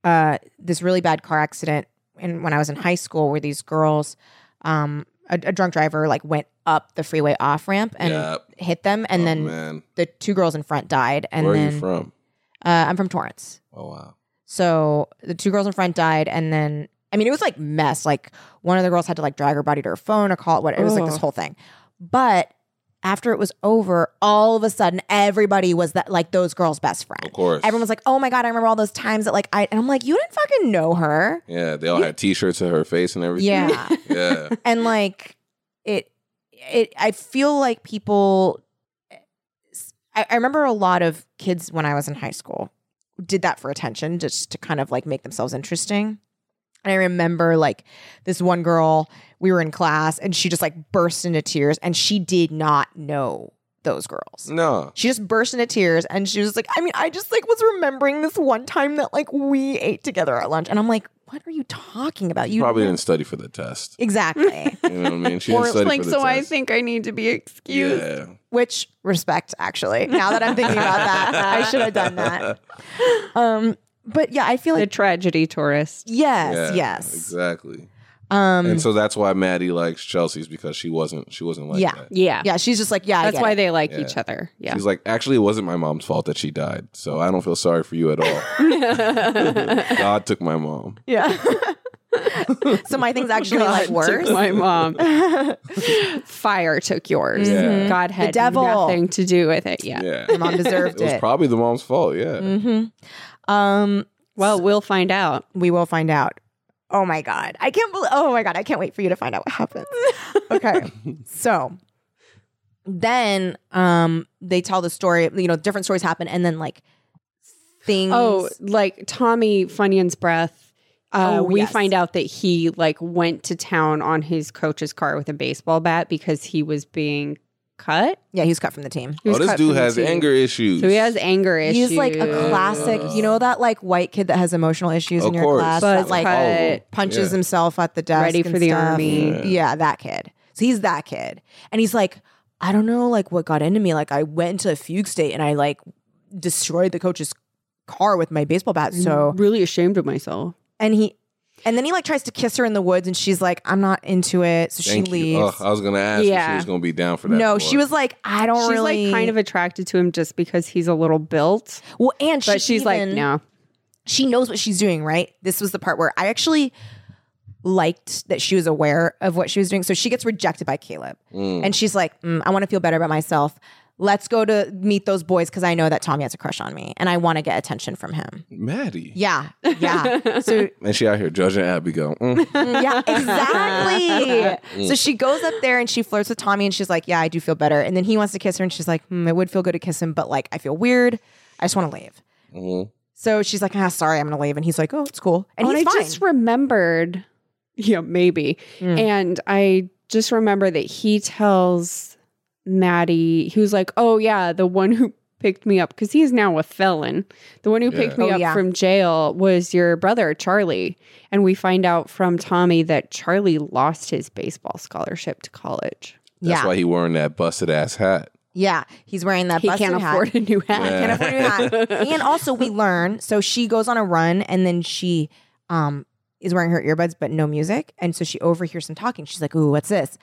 uh this really bad car accident and when I was in high school where these girls um a, a drunk driver like went up the freeway off ramp and Yep. hit them and Oh, then man. the two girls in front died and Where then are you from? Uh, I'm from Torrance. Oh, wow. So the two girls in front died and then I mean it was like mess like one of the girls had to like drag her body to her phone or call it what it was like this Ugh. whole thing. But after it was over, all of a sudden everybody was that like those girls' best friend Of course. everyone's like, "Oh my god, I remember all those times that like I." And I'm like, "You didn't fucking know her." Yeah, they all had T-shirts of her face and everything. Yeah, [LAUGHS] yeah. and like it, it. I feel like people. I, I remember a lot of kids when I was in high school did that for attention, just to kind of like make themselves interesting. And I remember like this one girl, we were in class and she just like burst into tears and she did not know those girls. No. She just burst into tears and she was like, I mean, I just like was remembering this one time that like we ate together at lunch. And I'm like, what are you talking about? You Probably didn't study for the test. Exactly. You know what I mean? She Or didn't it's study Like for the so, test. I think I need to be excused. Yeah. Which respect, actually. Now that I'm thinking about that, Ah. I should have done [LAUGHS] that. Um, but yeah, I feel The like tragedy tourist. yes, Yeah, yes. Exactly. Um and so that's why Maddie likes Chelsea's because she wasn't she wasn't like Yeah. that. Yeah. yeah, she's just like, yeah, I That's get why it. they like Yeah. each other. Yeah. She's like, actually, it wasn't my mom's fault that she died, so I don't feel sorry for you at all. [LAUGHS] God took my mom. Yeah. so my thing's [LAUGHS] actually "Oh, God like worse. Took my mom. [LAUGHS] [LAUGHS] Fire took yours. Yeah. God had devil. nothing to do with it. Yeah. Yeah, My mom deserved it was it. probably the mom's fault. Yeah, mm-hmm. Um Well, we'll find out. we will find out. Oh my god. I can't believe oh my god, I can't wait for you to find out what [LAUGHS] happens. Okay. so then um they tell the story, you know, different stories happen and then like things Oh, like Tommy Funyun's breath. Uh, Mm-hmm. Oh, we yes. find out that he like went to town on his coach's car with a baseball bat because he was being cut. Yeah, he was cut from the team. He Oh, was this cut dude from the has team. anger issues. So he has anger issues. He's like a classic, you know that like white kid that has emotional issues Of in your course. class Buzz that like oh, cut. punches Yeah. himself at the desk. Ready and for the stuff. army. Yeah. that kid. So he's that kid. And he's like, I don't know like what got into me. Like I went into a fugue state and I like destroyed the coach's car with my baseball bat. So really ashamed of myself. and he and then he like tries to kiss her in the woods and she's like, I'm not into it. So Thank she you. leaves. Ugh, I was gonna ask if she Yeah. was gonna be down for that. no, for she it. was like, I don't She's really like kind of attracted to him just because he's a little built, well, and but she she's like, even- no, she knows what she's doing, right? This was the part where I actually liked that she was aware of what she was doing. So she gets rejected by Caleb Mm. and she's like, mm, I want to feel better about myself. Let's go to meet those boys because I know that Tommy has a crush on me and I want to get attention from him. Maddie. Yeah. Yeah. so, And she out here judging Abby. Go. Mm. [LAUGHS] yeah, exactly. so she goes up there and she flirts with Tommy and she's like, Yeah, I do feel better. And then he wants to kiss her and she's like, hmm, It would feel good to kiss him, but like, I feel weird. I just want to leave. Mhm. So she's like, ah, sorry, I'm gonna leave. And he's like, oh, it's cool. And Oh, he's I fine. just remembered. Yeah, maybe. Mm. And I just remember that he tells Maddie, he was like, Oh, yeah, the one who picked me up, because he's now a felon. The one who picked Yeah. me Oh, up yeah. from jail was your brother, Charlie. And we find out from Tommy that Charlie lost his baseball scholarship to college. That's yeah. why he wearing that busted ass hat. Yeah, he's wearing that. he busted can't hat. [LAUGHS] afford a new hat. Can't afford a new hat. And also, we learn. So she goes on a run, and then she um, is wearing her earbuds, but no music. And so she overhears some talking. She's like, "Ooh, what's this?"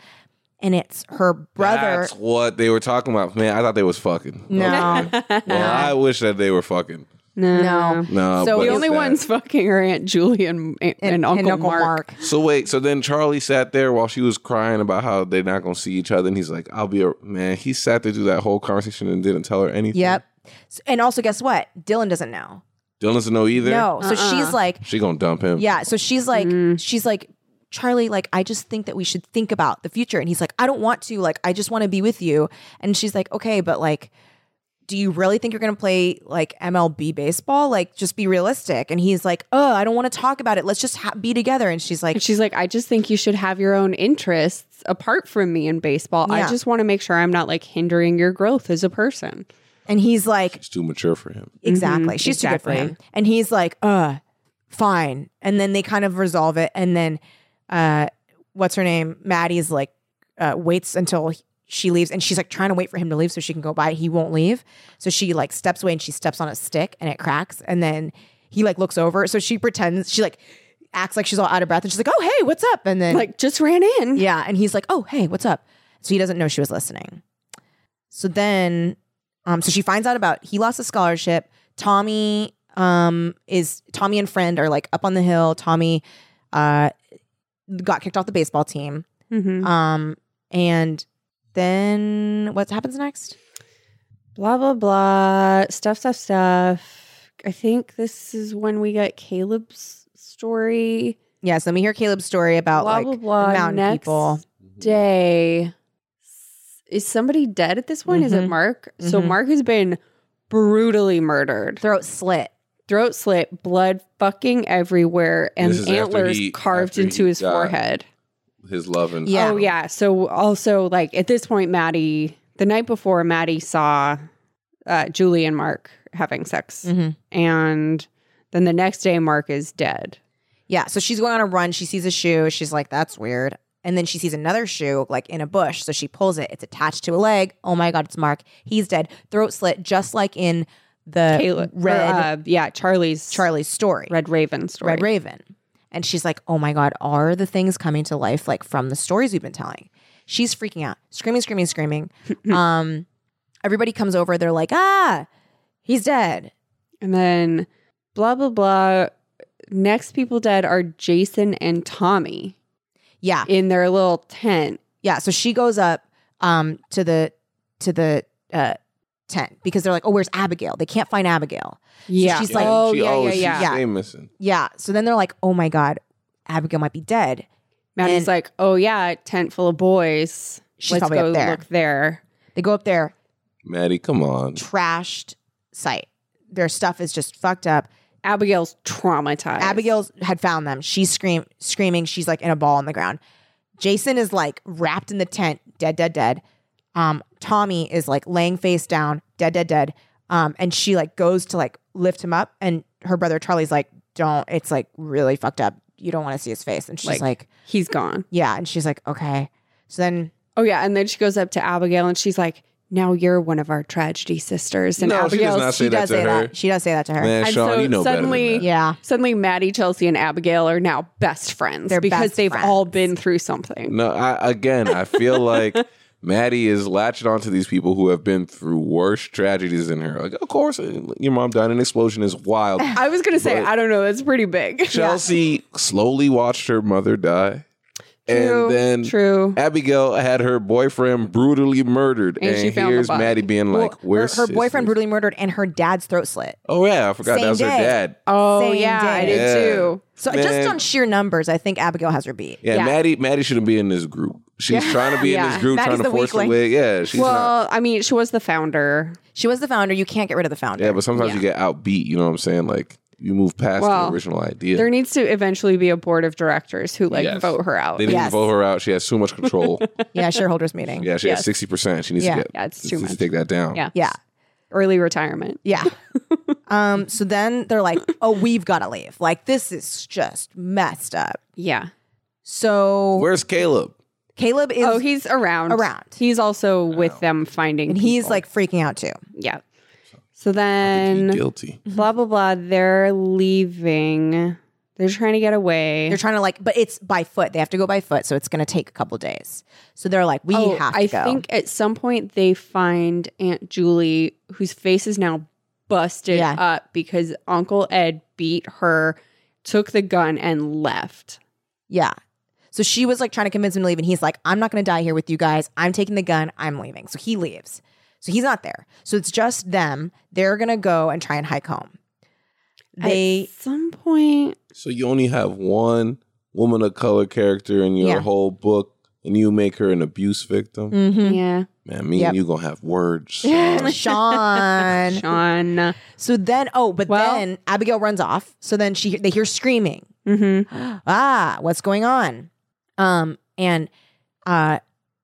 And it's her brother. That's what they were talking about. Man, I thought they was fucking. [LAUGHS] No. [LAUGHS] Okay. Well, I wish that they were fucking. No. No. So No. but The What it's only that. ones fucking are Aunt Julie and, and, Uncle, Mark. So wait, so then Charlie sat there while she was crying about how they're not gonna see each other, and he's like, "I'll be a man." He sat there through that whole conversation and didn't tell her anything. Yep. S- And also, guess what? Dylan doesn't know. Dylan doesn't know either. No. So Uh-uh. she's like, she gonna dump him. Yeah. So she's like, Mm. she's like, Charlie, like, I just think that we should think about the future. And he's like, I don't want to. Like, I just want to be with you. And she's like, okay, but like, do you really think you're going to play like MLB baseball? Like, just be realistic. And he's like, oh, I don't want to talk about it. Let's just ha- be together. And she's like, And she's like, I just think you should have your own interests apart from me in baseball. Yeah. I just want to make sure I'm not like hindering your growth as a person. and he's like, It's too mature for him. exactly. She's too good for exactly. him. And he's like, uh, fine. And then they kind of resolve it. And then, uh, what's her name? Maddie's like, uh, waits until he- she leaves. And she's like trying to wait for him to leave so she can go by. He won't leave. So she like steps away and she steps on a stick and it cracks. And then he like looks over. So she pretends, she like acts like she's all out of breath. And she's like, oh, hey, what's up? And then Like, just ran [LAUGHS] in. Yeah. And he's like, oh, hey, what's up? So he doesn't know she was listening. So then, um, so she finds out about he lost a scholarship. Tommy um, is Tommy and friend are like up on the hill. Tommy uh, got kicked off the baseball team. Mhm. Um, and then what happens next? blah blah blah stuff stuff stuff i think this is when we got caleb's story Yeah. So then we hear Caleb's story about blah like blah blah mountain next people. day S- is somebody dead at this point is it Mhm. mark so Mhm. mark has been brutally murdered throat slit. throat slit blood fucking everywhere and This is after antlers he- carved after he into his got- forehead His love and Yeah. Oh yeah. So also like at this point, Maddie, the night before, Maddie saw uh, Julie and Mark having sex, Mhm. and then the next day, Mark is dead. Yeah, so she's going on a run. She sees a shoe. She's like, that's weird. And then she sees another shoe, like in a bush. So she pulls it. It's attached to a leg. Oh my God, it's Mark. He's dead. Throat slit, just like in the Caleb, or, Red uh, yeah, Charlie's Charlie's story, Red Raven story. Red Raven. And she's like, oh my God, are the things coming to life like from the stories we've been telling? She's freaking out, screaming, screaming, [LAUGHS] screaming. um, everybody comes over. They're like, ah, he's dead. and then blah blah blah. Next people dead are Jason and Tommy Yeah. in their little tent. Yeah, so she goes up um to the to the uh tent because they're like, "Oh, where's Abigail?" They can't find Abigail. Yeah, she's like- oh she yeah, yeah, always- yeah. she's staying missing. Yeah. So then they're like, "Oh my god, Abigail might be dead." Maddie's and- like, oh yeah, tent full of boys. She's Let's probably go up there. look there. They go up there, Maddie, come on. trashed site. Their stuff is just fucked up. Abigail's traumatized. Abigail's had found them. She's scream screaming. She's like in a ball on the ground. Jason is like wrapped in the tent, dead, dead, dead. Um, Tommy is like laying face down, dead, dead, dead. Um, and she like goes to like lift him up, and her brother Charlie's like, "Don't." It's like really fucked up. You don't want to see his face. And she's Like- like, he's gone. "Yeah." And she's like, "Okay." So then, Oh yeah, and then she goes up to Abigail and she's like, "Now you're one of our tragedy sisters." And No, she does Abigail's not say she that does to say her. that. She does say that to her. Man, And Sean, so you know suddenly- better than that. Yeah. suddenly Maddie, Chelsea, and Abigail are now best friends They're because best they've friends. all been through something. No, I, again, I feel [LAUGHS] like Maddie is latching onto these people who have been through worse tragedies than her. Like, of course, your mom died in an explosion is [LAUGHS] wild. I was gonna say, But- I don't know, that's pretty big. Chelsea slowly watched her mother die, True, and then true. Abigail had her boyfriend brutally murdered, And and, she found the here's body. Maddie being Well, like, "Where's her, her sis- boyfriend brutally murdered and her dad's throat slit. Oh yeah, I forgot Same that was day. her dad. oh Same yeah, I day. did Yeah. too. So Man. just on sheer numbers, I think Abigail has her beat. Yeah, Yeah. Maddie. Maddie shouldn't be in this group. She's trying [LAUGHS] to be in Yeah. this group, Maddie's trying to the force the weakling. way. Yeah, she's not. well, I mean, she was the founder. She was the founder. You can't get rid of the founder. Yeah, but sometimes you get outbeat. You know what I'm saying? Like you move past Well, the original idea. There needs to eventually be a board of directors who like Yes. vote her out. They didn't Yes. vote her out. She has too much [LAUGHS] control. yeah, shareholders meeting. yeah, she Yes. has sixty percent. She needs Yeah. to get. Yeah, it's she too needs to much. take that down. Yeah. Yeah. Early retirement. Yeah. [LAUGHS] um, so then they're like, oh, we've got to leave. Like, this is just messed up. Yeah. So Where's Caleb? Caleb is, Oh, he's around. Around. He's also with them finding. and he's people. like freaking out too. Yeah. So He's then, guilty. blah, blah, blah. They're leaving. They're trying to get away. They're trying to like, but it's by foot. They have to go by foot. So it's going to take a couple days. So they're like, we Oh, have to I go. think at some point they find Aunt Julie, whose face is now busted Yeah. up because Uncle Ed beat her, took the gun, and left. yeah. So she was like trying to convince him to leave. And he's like, I'm not going to die here with you guys. I'm taking the gun. I'm leaving. So he leaves. So he's not there. So it's just them. They're going to go and try and hike home. They. at some point, So you only have one woman of color character in your Yeah. Mm. whole book, and you make her an abuse victim. Mhm. yeah, Man, me Yep. and you gonna have [LAUGHS] words. son. [LAUGHS] Sean. Sean. So then, oh, but Well- then Abigail runs off. So then she they hear screaming. hmm ah, what's going on? Um, and uh,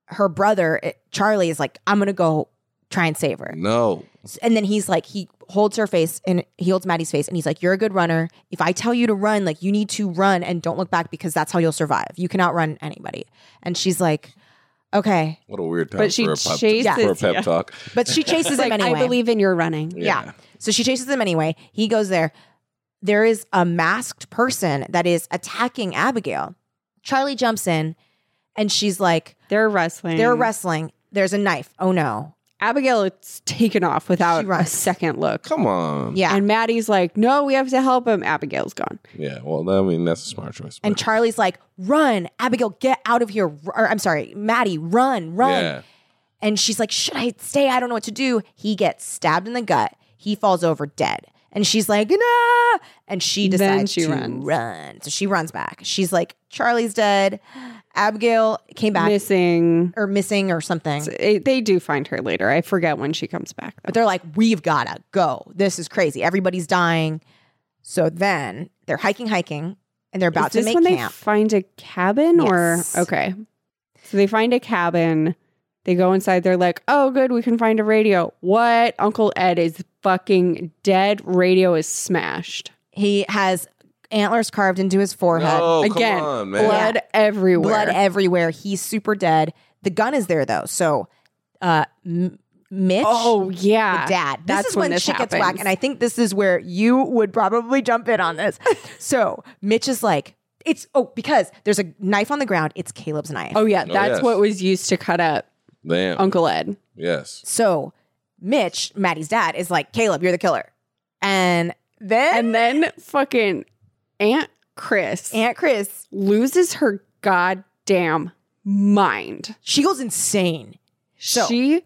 her brother eh, Charlie is like, I'm gonna go try and save her. no. S- And then he's like, he holds her face and he holds Maddie's face, and he's like, You're a good runner. If I tell you to run, like you need to run and don't look back because that's how you'll survive. You can outrun anybody. And she's like, Okay, What a weird time But she for, a pep, chases- for a pep Yeah. talk. but [LAUGHS] she chases Like, him anyway. I believe in your running. Yeah. So she chases him anyway. He goes there. There is a masked person that is attacking Abigail. Charlie jumps in and she's like, They're wrestling. they're wrestling. There's a knife. Oh no. Abigail is taken off without She a runs. second look. Come on. Yeah. And, And Maddie's like, no, we have to help him. Abigail's gone. Yeah. Well, I mean, that's a smart choice. but- Charlie's like, run, Abigail, get out of here. Or I'm sorry, Maddie, run, run. Yeah. And she's like, should I stay? I don't know what to do. He gets stabbed in the gut. He falls over dead. And she's like, nah. And she Then decides she to runs. run. So she runs back. She's like, Charlie's dead. Abigail came back Missing. or missing or something. It- they do find her later. I forget when she comes back. But they're like, we've got to go. This is crazy. Everybody's dying. So then they're hiking, hiking, and they're about Is this to make when camp. they find a cabin Yes. or okay so they find a cabin they go inside they're like oh good we can find a radio what uncle ed is fucking dead radio is smashed he has antlers carved into his forehead, No, again come on, man. blood everywhere blood everywhere. He's super dead. The gun is there though. So uh, M- Mitch. oh the yeah Dad. This That's is when, when this shit gets whack. happens. And I think this is where you would probably jump in on [LAUGHS] this. so Mitch is like, it's oh, because there's a knife on the ground. It's Caleb's knife. oh yeah Oh, that's yes. what was used to cut up Damn. uncle ed Yes. So Mitch, Maddie's dad, is like, Caleb, you're the killer. And then and then fucking aunt chris Aunt Chris, loses her goddamn mind she goes insane. So- she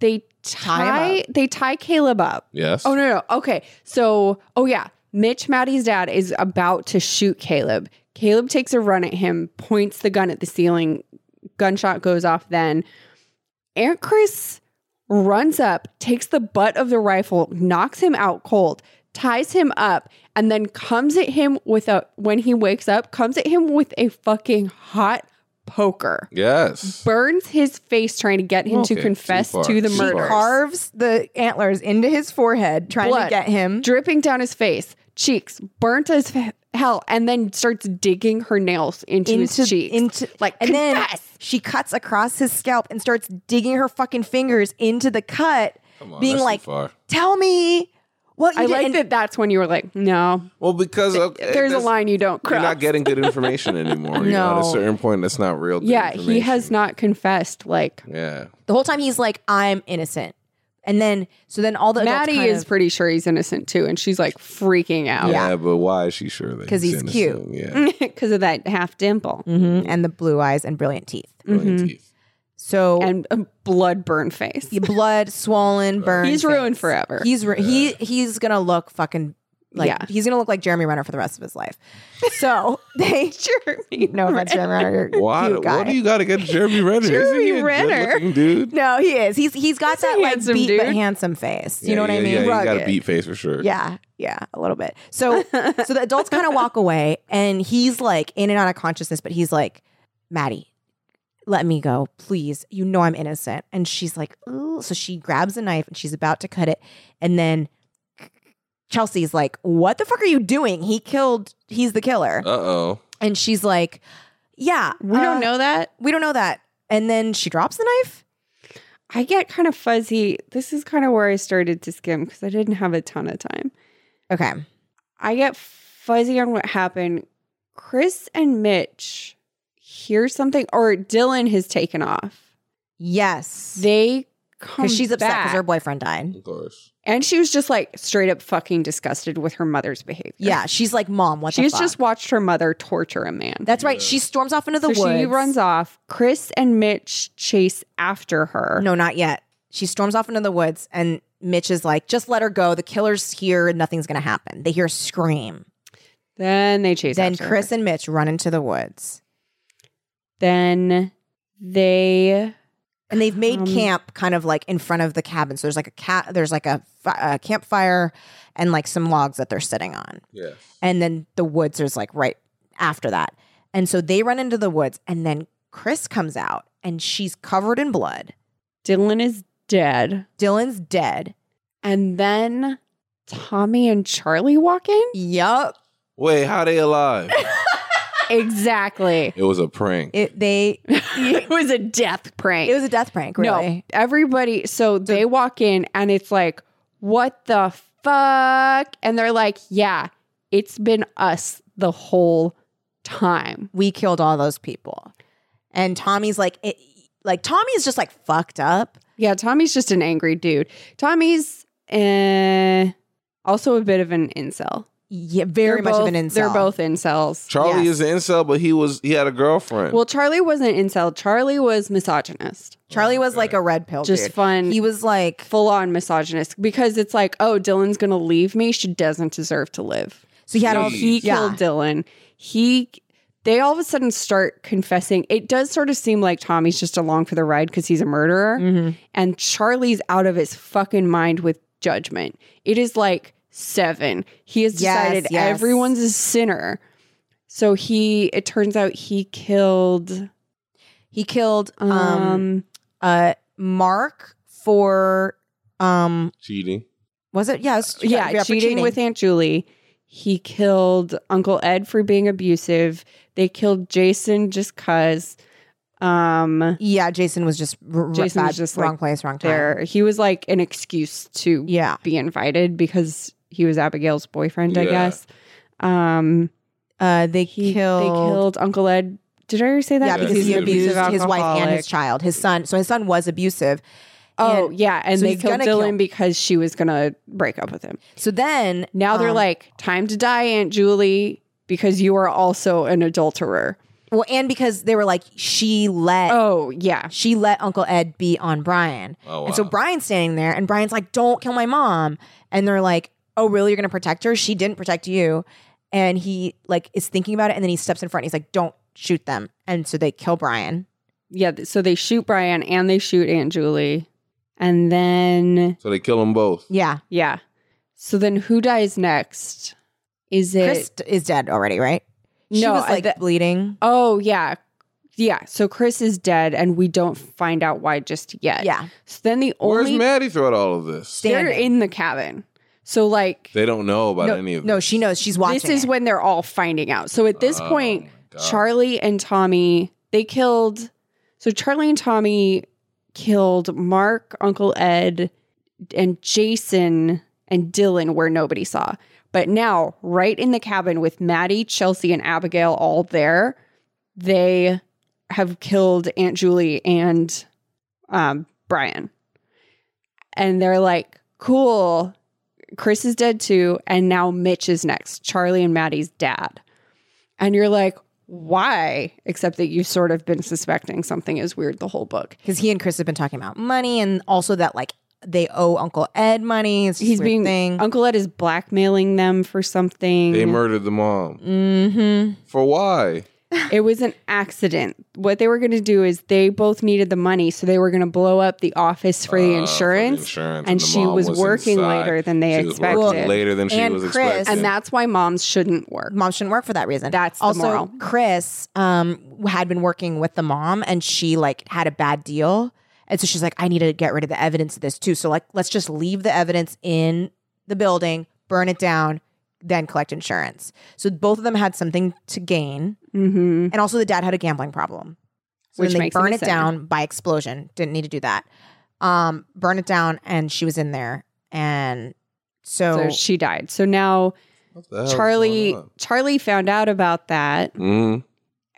they Tie him tie they tie caleb up Yes. Oh no, no. Okay. So, oh yeah, Mitch Maddie's dad is about to shoot Caleb. Caleb takes a run at him, points the gun at the ceiling. Gunshot goes off then. Aunt Chris runs up, takes the butt of the rifle, knocks him out cold, ties him up, and then comes at him with a when he wakes up, comes at him with a fucking hot poker. Yes. Burns his face trying to get him to Okay, too confess far, to the too She murder. Murders. carves the antlers into his forehead, trying Blood. to get him. dripping down his face, cheeks, burnt as f- hell, and then starts digging her nails into, Into, his cheeks. into like, and then confess! she cuts across his scalp and starts digging her fucking fingers into the cut, Come on, being that's too like, far. "Tell me what you I did." like And that that's when you were like, no, Well, because okay, there's a that's- line you don't You're cross. not getting good information anymore. you know, at a [LAUGHS] No. certain point, that's not real. good yeah, he information. has not confessed. Like, Yeah. The whole time he's like, "I'm innocent," and then so then all the adults Maddie kind is of- pretty sure he's innocent too, and she's like freaking out yeah. but why is she sure that? Oh, 'Cause he's cute. innocent? [LAUGHS] Yeah. because of that half dimple Mm-hmm. Mhm. and the blue eyes and brilliant teeth. Brilliant teeth. So and a blood burn face. [LAUGHS] your blood swollen, burned. He's ruined face. forever. He's ru- he he's gonna look fucking like [LAUGHS] Yeah. he's gonna look like Jeremy Renner for the rest of his life. So [LAUGHS] they Jeremy, no [LAUGHS] offense, Jeremy Renner, you're a [LAUGHS] Why? cute guy. What do you got against Jeremy Renner? Isn't he Jeremy a Renner. good-looking dude. no, he is. He's he's got a that like handsome beat but dude. handsome face. [LAUGHS] You Yeah, know what yeah, I mean? Yeah, you got a Rugged. beat face for sure. Yeah, yeah, a little bit. So so the adults [LAUGHS] kind of walk away, and he's like in and out of consciousness, but he's like, Maddie, let me go, please. You know I'm innocent. And she's like, Ooh. so she grabs a knife and she's about to cut it, and then Chelsea's like, what the fuck are you doing? He killed. He's the killer. Uh oh. and she's like, yeah, we uh, don't know that. We don't know that. And then she drops the knife. I get kind of fuzzy. This is kind of where I started to skim because I didn't have a ton of time. Okay. I get fuzzy on what happened. Chris and Mitch hear something, or Dylan has taken off. Yes. They come Because she's upset because her back, boyfriend died. Of course. and she was just like straight up fucking disgusted with her mother's behavior. Yeah, she's like, Mom, what she's the fuck? just watched her mother torture a man. That's right. She storms off into the so woods. she runs off. Chris and Mitch chase after her. No, not yet. She storms off into the woods, and Mitch is like, "Just let her go. The killer's here. Nothing's gonna happen." They hear a scream. Then they chase. Then after her. Chris and Mitch run into the woods. then they and they've made Um, camp kind of like in front of the cabin. So there's like a cat, there's like a, fi- a campfire and like some logs that they're sitting on, Yeah. and then the woods is like right after that. And so they run into the woods, and then Chris comes out, and she's covered in blood. Dylan is dead. Dylan's dead. And then Tommy and Charlie walk in? Yup. Wait, how they alive? Exactly. it was a prank. It they [LAUGHS] it was a death prank. it was a death prank. Really. No, everybody. So they walk in and it's like, what the fuck? And they're like, yeah, it's been us the whole time. we killed all those people. And Tommy's like, it, like Tommy's just like fucked up. Yeah, Tommy's just an angry dude. Tommy's uh, also a bit of an incel. Yeah, very They're much of both- an incel. They're both incels. Charlie yes. is an incel, but he was he had a girlfriend. Well, Charlie wasn't incel. Charlie was misogynist, Charlie was like a red pill. Just Oh, dude. fun. He was like, full on misogynist, because it's like, oh, Dylan's going to leave me. She doesn't deserve to live. so he had all. he yeah. killed Dylan. He they all of a sudden start confessing. It does sort of seem like Tommy's just along for the ride because he's a murderer, Mm. and Charlie's out of his fucking mind with judgment. It is like seven. He has Yes, decided yes. everyone's a sinner. So he, it turns out he killed. He killed Um, um, uh Mark for um Cheating. was it yeah it was- yeah, for cheating, with Aunt Julie. He killed Uncle Ed for being abusive. They killed Jason just cause. Um, yeah Jason was just r- Jason bad, was just, wrong like, place wrong time there. He was like an excuse to yeah be invited because he was Abigail's boyfriend, I Yeah. guess. Um, uh they he, killed, they killed Uncle Ed. Did I already say that? yeah Yeah, because he an abused his wife and his alcoholic. child his son so his son was abusive Oh and- yeah, and so they he's killed gonna Dylan kill- because she was gonna break up with him. so then Now they're um, like, "Time to die, Aunt Julie," because you are also an adulterer. well and because they were like she let Oh yeah, she let Uncle Ed be on Brian. Oh, And so wow. Brian's standing there, and Brian's like, "Don't kill my mom." And they're like, "Oh, really? You're gonna protect her? She didn't protect you." And he like is thinking about it, and then he steps in front. he's like, "Don't shoot them." And so they kill Brian. yeah. th- So they shoot Brian and they shoot Aunt Julie, and then So they kill them both. Yeah, yeah. So then who dies next? Is it Chris is dead already, right? she No, was I- like that- bleeding. Oh yeah. Yeah. So Chris is dead and we don't find out why just yet. Yeah, So then the Where's only Maddie throughout all of this? Standing. they're in the cabin. So like They don't know about no, any of no, this. she knows. She's watching. this is it. when they're all finding out. So at this Oh, point, my God. Charlie and Tommy, they killed so Charlie and Tommy killed Mark, Uncle Ed, and Jason and Dylan where nobody saw. But now, right in the cabin with Maddie, Chelsea, and Abigail all there, they have killed Aunt Julie and um, Brian. And they're like, cool. Chris is dead too. And now Mitch is next, Charlie and Maddie's dad. And you're like, why? Except that you've sort of been suspecting something is weird the whole book. because he and Chris have been talking about money, and also that like they owe Uncle Ed money. It's He's being, thing. Uncle Ed is blackmailing them for something. They murdered the Mm. mom. mm-hmm. For why? Uh, It was an accident. What they were going to do is they both needed the money, so they were going to blow up the office for the Uh, insurance. insurance, and the she mom was working inside. later than they She was working expected. later than she And was Chris- expecting. And that's why moms shouldn't work. mom shouldn't work for that reason. That's the also moral. Chris um had been working with the mom and she like had a bad deal. And so she's like, I need to get rid of the evidence of this too. So like let's just leave the evidence in the building, burn it down, then collect insurance. So both of them had something to gain. Mm-hmm. And also the dad had a gambling problem. So Which then they makes burn him it sad. down by explosion. Didn't need to do that. Um, burn it down and she was in there. And So so, she died. So now What the hell is Charlie going Charlie found out about that, on? Mhm.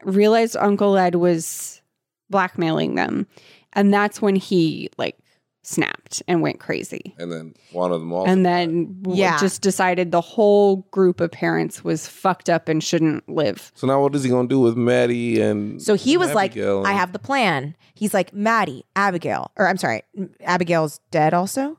realized Uncle Ed was blackmailing them, and that's when he like snapped and went crazy. And then one of them all. and then w- Yeah. just decided the whole group of parents was fucked up and shouldn't live. so now what is he going to do with Maddie and So he was Abigail? like, I have the plan. He's like, Maddie, Abigail, or I'm sorry, M- Abigail's dead also?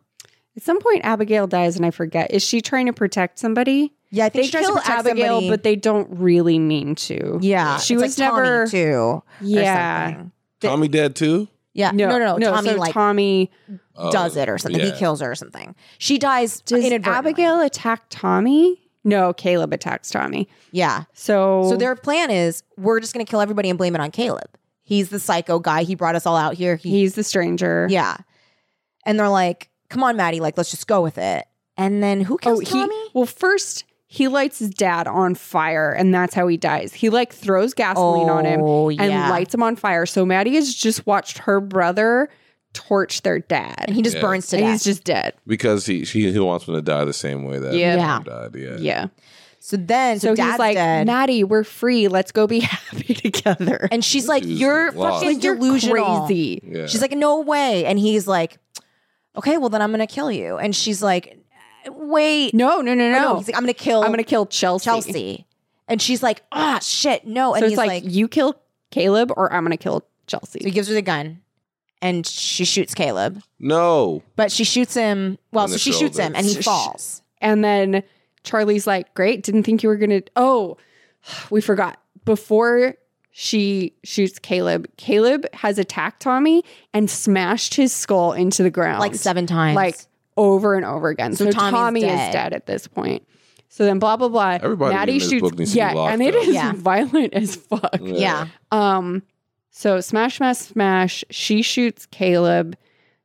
At some point, Abigail dies, and I forget. Is she trying to protect somebody? Yeah, I They think she tries to kill protect Abigail, somebody. but they don't really mean to. yeah, she it's was like Tommy, never. too. or yeah, something. Tommy dead too? Yeah. No, no, no. Tommy so like Tommy does Um, it or something. He yeah. kills her or something. She dies does inadvertently. uh, Abigail attack Tommy? No, Caleb attacks Tommy. Yeah. So So their plan is we're just going to kill everybody and blame it on Caleb. He's the psycho guy. He brought us all out here. He, he's the stranger. yeah. And they're like, "Come on, Maddie. Like, let's just go with it." And then who Oh, kills he Tommy? well first he lights his dad on fire and that's how he dies. He like throws gasoline on him Oh, and yeah. lights him on fire. So Maddie has just watched her brother torch their dad. and he just Yeah. burns to And death. he's just dead. because he she he wants him to die the same way that Yeah. Yeah. Tom died. Yeah. Yeah. so then, So so, dad's he's like, dead. Maddie, we're free. Let's go be [LAUGHS] happy together. and she's like, She's "You're lost. fucking Like, You're delusional." crazy. Yeah. She's like, "No way." And he's like, "Okay, well then I'm going to kill you." And she's like, "Wait, No, no, no, Or no. He's like, I'm gonna kill. I'm gonna kill Chelsea. Chelsea. And she's like, ah, shit, no. And so he's it's like, like, you kill Caleb or I'm gonna kill Chelsea. so he gives her the gun, and she shoots Caleb, No. but she shoots him. Well, On so the she shoots shoulder. him, and Sh- he sh- falls. And then Charlie's like, "Great, didn't think you were gonna." Oh, [SIGHS] we forgot. Before she shoots Caleb, Caleb has attacked Tommy and smashed his skull into the ground Like seven times. like over and over again. So, So Tommy's Tommy is dead. dead at this point. So then, blah blah blah. Everybody Maddie in this shoots, book needs to be yeah, locked and it up. is Yeah. [LAUGHS] violent as fuck. yeah. Um, so smash, smash, smash. She shoots Caleb.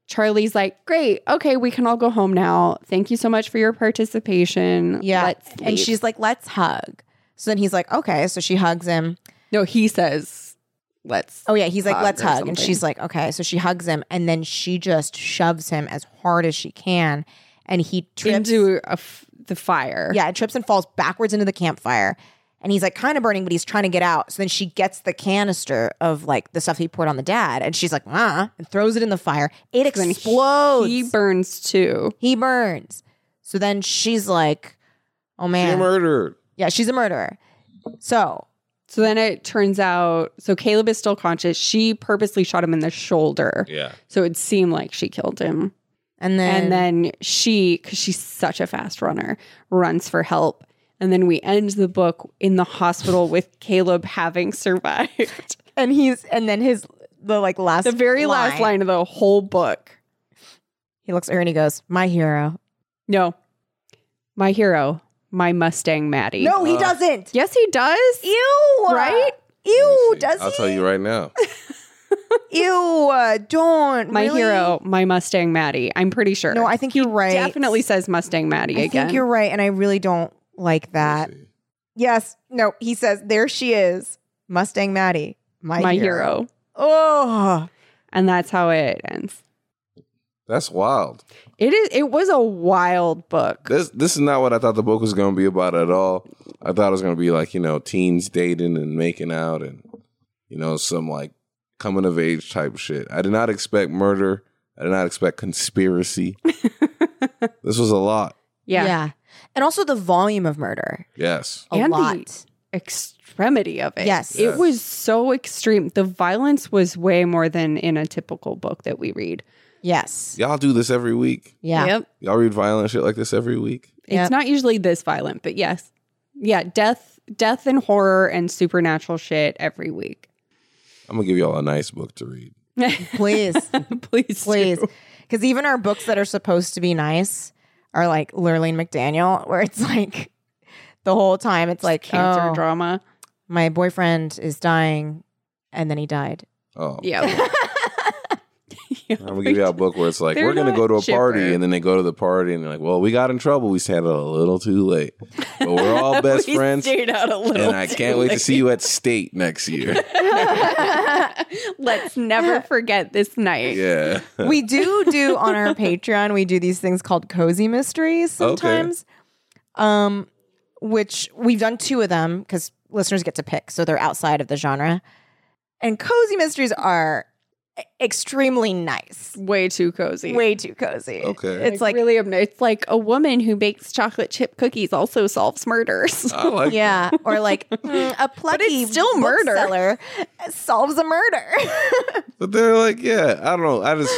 Charlie's like, great, okay, we can all go home now. Thank you so much for your participation. Yeah. Let's And leave." she's like, let's hug. So then he's like, okay. So she hugs him. no, he says, let's. Oh, yeah. He's like, Hug let's or hug. And something. she's like, okay. So she hugs him, and then she just shoves him as hard as she can. And he trips. into a f- the fire. Yeah, and trips and falls backwards into the campfire. And he's like kind of burning, but he's trying to get out. So then she gets the canister of like the stuff he poured on the dad, and she's like, ah, and throws it in the fire. It Then he- explodes. He He, burns too. burns. So then she's like, oh She man. murdered. yeah, she's a murderer. So So then it turns out, so Caleb is still conscious. She purposely shot him in the shoulder. Yeah. So it seemed like she killed him. and then and then she because she's such a fast runner runs for help and then we end the book in the hospital with caleb having [LAUGHS] survived and he's and then his the like last the very last line of the whole book He looks at her and he goes, My hero. no my hero my mustang maddie No, he Uh, doesn't. yes he does Ew. Right? Ew, Let me see. does I'll he? tell you right now. Ew, uh, don't. my really? hero my mustang maddie i'm pretty sure No, I think you're right. definitely says mustang maddie I again think you're right, and I really don't like that. Let me see. Yes, no. He says, "There she is, Mustang Maddie, my, my hero. hero Oh, and that's how it ends That's wild. it is it was a wild book This this is not what I thought the book was going to be about at all. I thought it was going to be like you know teens dating and making out and you know some like coming of age type shit. I did not expect murder. I did not [LAUGHS] expect conspiracy. this was a lot. yeah, and also the volume of murder, Yes. a And the- lot. extremity of it. Yes. It was so extreme. The violence was way more than in a typical book that we read. Yes, Y'all do this every week. yeah, Yep. Y'all read violent shit like this every week. It's Yep. not usually this violent, but yes. Yeah, death death and horror and supernatural shit every week. [LAUGHS] I'm gonna give y'all a nice book to read. please, [LAUGHS] Please. please, do. because even our books that are supposed to be nice are like Lurleen McDaniel, where it's like the whole time it's like cancer oh, drama. My boyfriend is dying, and then he died. [LAUGHS] Oh, Yeah. Yeah. I'm gonna give y'all a book where it's like They're we're gonna not go to a chipper. party, and then they go to the party, and they're like, "Well, we got in trouble. We stayed out a little too late, but [LAUGHS] we're all best We friends." stayed out a little And I can't too wait to late. see you at state [LAUGHS] next year. [LAUGHS] Let's never forget this night. yeah. [LAUGHS] we do do on our Patreon, we do these things called cozy mysteries Okay. sometimes. Um which we've done two of them cuz listeners get to pick, so they're outside of the genre. And cozy mysteries are e- extremely nice. Way too cozy. Way too cozy. Okay. It's like, really obnoxious. It's like a woman who bakes chocolate chip cookies also solves [LAUGHS] murders. I like yeah, [LAUGHS] or like mm, a plucky still murder. bookseller solves a murder. But they're like, yeah, I don't know. I just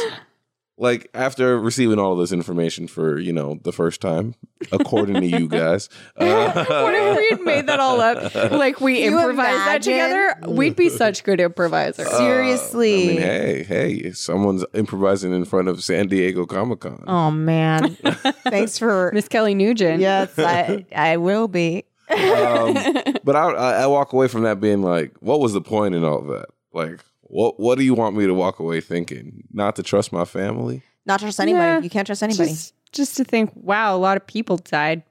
like after receiving all this information for you know the first time, according to you [LAUGHS] guys, uh, [LAUGHS] What if we had made that all up? Like we You improvised that imagine? together? We'd be such good improvisers. uh, [LAUGHS] I mean, Seriously. hey, hey, someone's improvising in front of San Diego Comic Con. oh [LAUGHS] man. Thanks for Miss Kelly Nugent. Yes, I I will be. [LAUGHS] um, but I, I I walk away from that being like, what was the point in all that? Like, what what do you want me to walk away thinking? Not to trust my family? Not trust anybody. Yeah. You can't trust anybody. Just, just to think, wow, a lot of people died.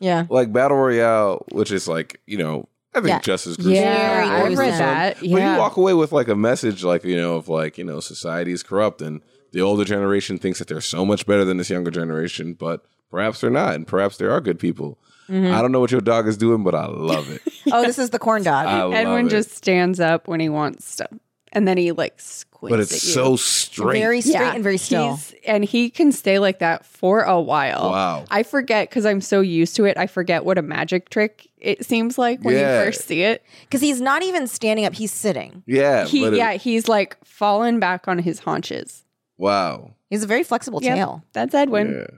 yeah. Like Battle Royale, which is like you know, I think Yeah. justice. Crucial Yeah, is I one read percent. that. But Yeah. you walk away with like a message, like you know, of like you know, society is corrupt, and the older generation thinks that they're so much better than this younger generation, but perhaps they're not, and perhaps there are good people. Hmm. Mm-hmm. I don't know what your dog is doing, but I [LAUGHS] love it. Oh, this is the corn dog. [LAUGHS] I love Edwin it. just stands up when he wants stuff, and then he like squeezes. but it's so straight. very straight and very still. and he can stay like that for a while. Wow. I forget because I'm so used to it. I forget what a magic trick it seems like when Yeah. you first see it. Because he's not even standing up, he's sitting. yeah, He, but it- yeah, he's like fallen back on his haunches. wow. He has a very flexible Yep. tail. That's Edwin. Yeah.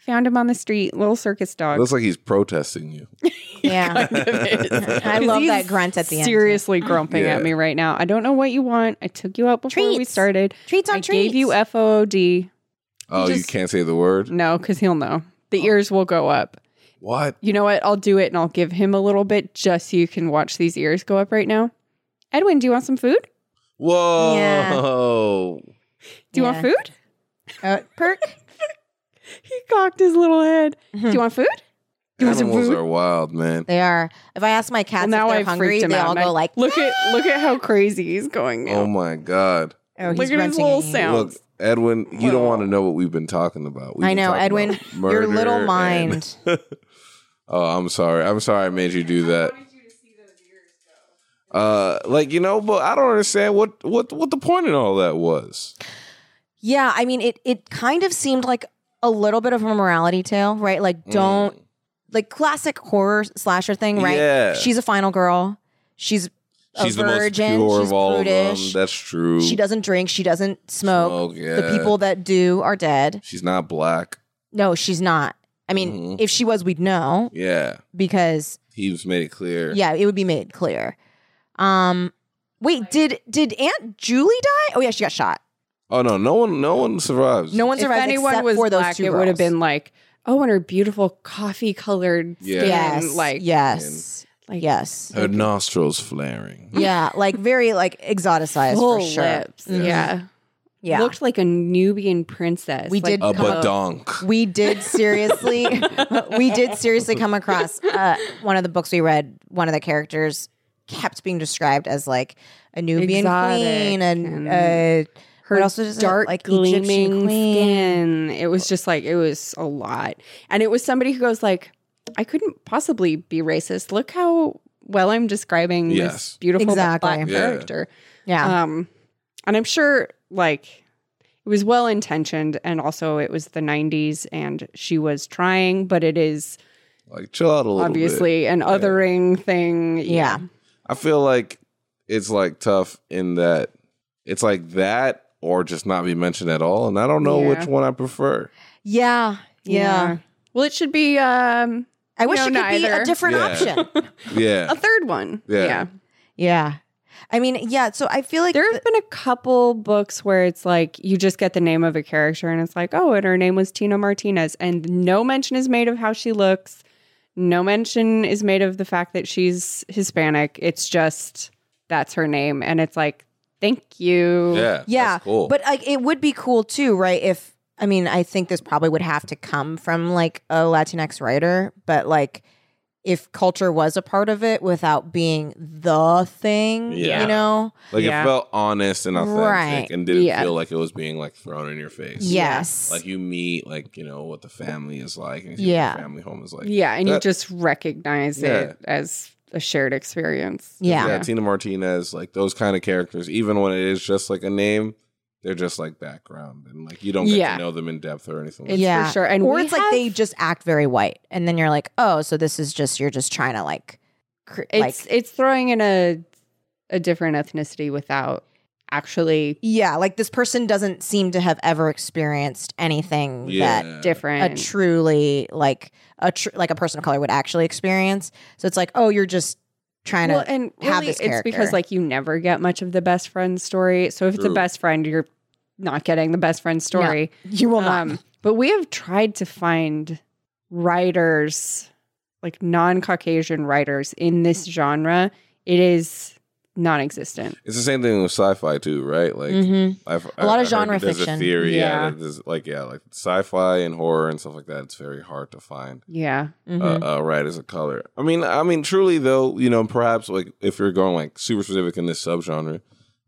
Found him on the street, little circus dog. Looks like he's protesting you. [LAUGHS] [LAUGHS] Yeah. [LAUGHS] I love that grunt at the end. Seriously grumping Yeah. at me right now. I don't know what you want. I took you out before we Treats. started. Treats on I treats. gave you e- FOOD. Oh, you just- can't say the word? Mm. No, because he'll know. Oh. The ears will go up. What? You know what? I'll do it and I'll give him a little bit just so you can watch these ears go up right now. Edwin, do you want some food? Whoa. Do you Yeah. want food? Uh, perk. [LAUGHS] He cocked his little head. Do you want food? Do you want some Animals food? are wild, man. They are. If I ask my cats if they're I've hungry, freaked him they all out. and go I- like, look at look [GASPS] at how crazy he's going now. Oh my God. oh, he's look at his grunting little you. sound. Look, Edwin, you don't Whoa. want to know what we've been talking about. We've I been know, talking Edwin, about Your little murder and- mind. [LAUGHS] oh, I'm sorry. I'm sorry I made you do that. Uh, like you know, but I don't understand what what what the point in all that was. yeah, I mean, it it kind of seemed like a little bit of a morality tale, right? Like, Mm. don't like classic horror slasher thing, right? Yeah. She's a final girl. She's a She's virgin. the most pure she's of all prudish. of them. That's true. she doesn't drink. She doesn't smoke. Smoke, The yeah. people that do are dead. She's not black. No, she's not. I mean, Mhm. if she was, we'd know Yeah, because he's made it clear. yeah, it would be made clear. Um, wait, did did Aunt Julie die? Oh yeah, she got shot. Oh no, no one, no one survives. No one if survived anyone except was for those black, two it would have girls. been like, oh, and her beautiful coffee colored Yeah. skin, yes, like yes, like yes, Her nostrils flaring. yeah, like very like exoticized full for sure. lips. Yeah. Yeah. Yeah, looked like a Nubian princess. We like, did A Come on. badonk. we did [LAUGHS] seriously, we did seriously come across uh, one of the books we read. One of the characters kept being described as like a Nubian Exotic queen and. and- uh, her What else was it? dark Like Egyptian gleaming queen. skin. It was just like it was a lot, and it was somebody who goes like, "I couldn't possibly be racist. Look how well I'm describing Yes. this beautiful Exactly. black Yeah. character." yeah, Um, and I'm sure like it was well intentioned, and also it was the '90s, and she was trying, but it is Like chill out a little. bit. obviously an othering thing. yeah. I feel like it's like tough in that it's like that or just not be mentioned at all, and I don't know Yeah. which one I prefer. Yeah. Yeah. Well, it should be um, I wish No, it could be neither. a different Yeah. option. Yeah, a third one. Yeah. Yeah. I mean, yeah. So I feel like There have been a couple books where it's like you just get the name of a character and it's like, oh, and her name was Tina Martinez, and no mention is made of how she looks. No mention is made of the fact that she's Hispanic. It's just that's her name, and it's like, thank you. yeah, yeah. That's cool. But like, it would be cool too, right? If I mean, I think this probably would have to come from like a Latinx writer, but like if culture was a part of it without being the thing, Yeah. you know? like Yeah. it felt honest and authentic, Right. and didn't Yeah. feel like it was being like thrown in your face. Yes. like you meet like you know what the family is like, and you see what Yeah. the family home is like. yeah, and you That- just recognize Yeah. it as a shared experience. yeah. yeah. Tina Martinez, like those kind of characters, even when it is just like a name, they're just like background and like you don't get Yeah. to know them in depth or anything. It's like Yeah. for sure. And or we it's like they have- just act very white. And then you're like, oh, so this is just, you're just trying to like, cr- like it's it's throwing in a a different ethnicity without actually Yeah, like this person doesn't seem to have ever experienced anything that Yeah. a different. truly like a tr- like a person of color would actually experience. So it's like, oh, you're just trying well, to and have really, this it's because character. like you never get much of the best friend story. So if it's a True. best friend, you're not getting the best friend story. you will not. Um, but we have tried to find writers, like non-Caucasian writers in this genre. It is non-existent. It's the same thing with sci-fi too, right? Like Mhm. I've, A lot of I've heard genre that there's fiction. a theory, yeah. Yeah. that there's, like yeah, like sci-fi and horror and stuff like that. It's very hard to find Yeah. Mhm. uh, uh, writers of color. I mean, I mean, truly though, you know, perhaps like if you're going like super specific in this subgenre,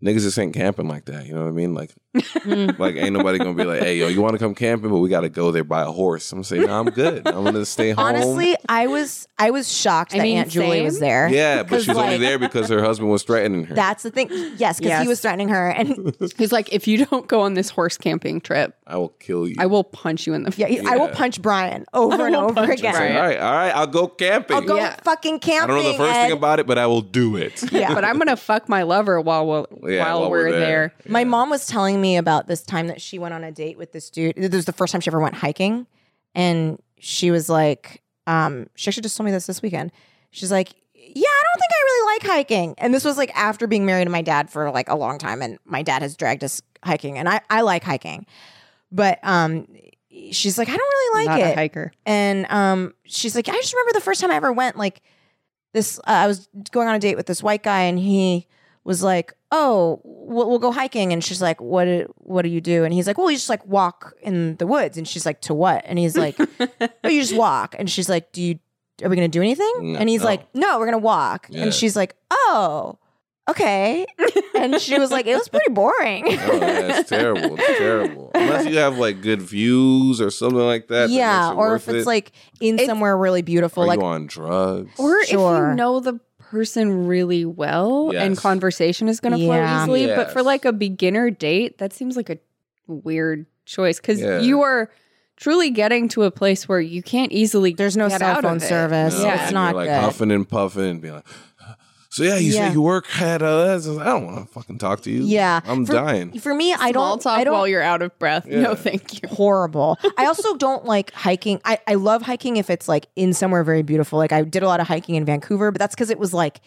niggas just ain't camping like that. You know what I mean? Like, Mm-hmm. Mm. like ain't nobody gonna be like, hey, yo, you want to come camping, but we got to go there by a horse. I'm gonna say, no, I'm good. I'm gonna stay home. [LAUGHS] Honestly, I was I was shocked I that mean, Aunt Julie was same. there. yeah, but 'cause, she's only like- there because her husband was threatening her. That's the thing. Yes, because Yes. he was threatening her, [LAUGHS] and He's like, if you don't go on this horse camping trip, I will kill you. I will punch you in the face. yeah, he- I will Yeah. punch Brian over and over again. All right, all right, I'll go camping. I'll go Yeah. fucking I camping. don't know the first thing Ed. about it, but I will do it. Yeah. But I'm gonna fuck my lover while we're, Yeah, while, we're, there. My mom was telling me about this time that she went on a date with this dude. This was the first time she ever went hiking. And she was like, um, she actually just told me this this weekend. She's like, yeah, I don't think I really like hiking. And this was like after being married to my dad for like a long time. And my dad has dragged us hiking. And I, I like hiking. But um, she's like, I don't really like Not it a hiker. and um, she's like, I just remember the first time I ever went. Like this, uh, I was going on a date with this white guy, and he was like, "Oh, we'll, we'll go hiking." And she's like, "What? do- What do you do?" And he's like, "Well, you just like walk in the woods." And she's like, "To what?" And he's [LAUGHS] like, [LAUGHS] "Oh, you just walk." And she's like, "Do you? Are we gonna do anything?" No. and he's like, "No, we're gonna walk." Yeah. And she's like, "Oh." Okay. And she was like, it was pretty boring. Oh, yeah, it's terrible. It's terrible. Unless you have like good views or something like that. that yeah. makes it Or worth if it's it. like in somewhere really beautiful, are like you on drugs? Or if Sure. you know the person really well and Yes. conversation is going to Yeah. flow easily. But for Yes. like a beginner date, that seems like a weird choice because Yeah. you are truly getting to a place where you can't easily. There's no get cell out of phone it. service. No, Yeah. It's and not you're like good. huffing and puffing and being like, so yeah, you Yeah. say you work at uh, I don't want to fucking talk to you. Yeah. I'm For- dying. For me, I Small don't. talk I don't. while you're out of breath. Yeah. No, thank [LAUGHS] you. horrible. I also don't like hiking. I, I love hiking if it's like in somewhere very beautiful. Like I did a lot of hiking in Vancouver, but that's because it was like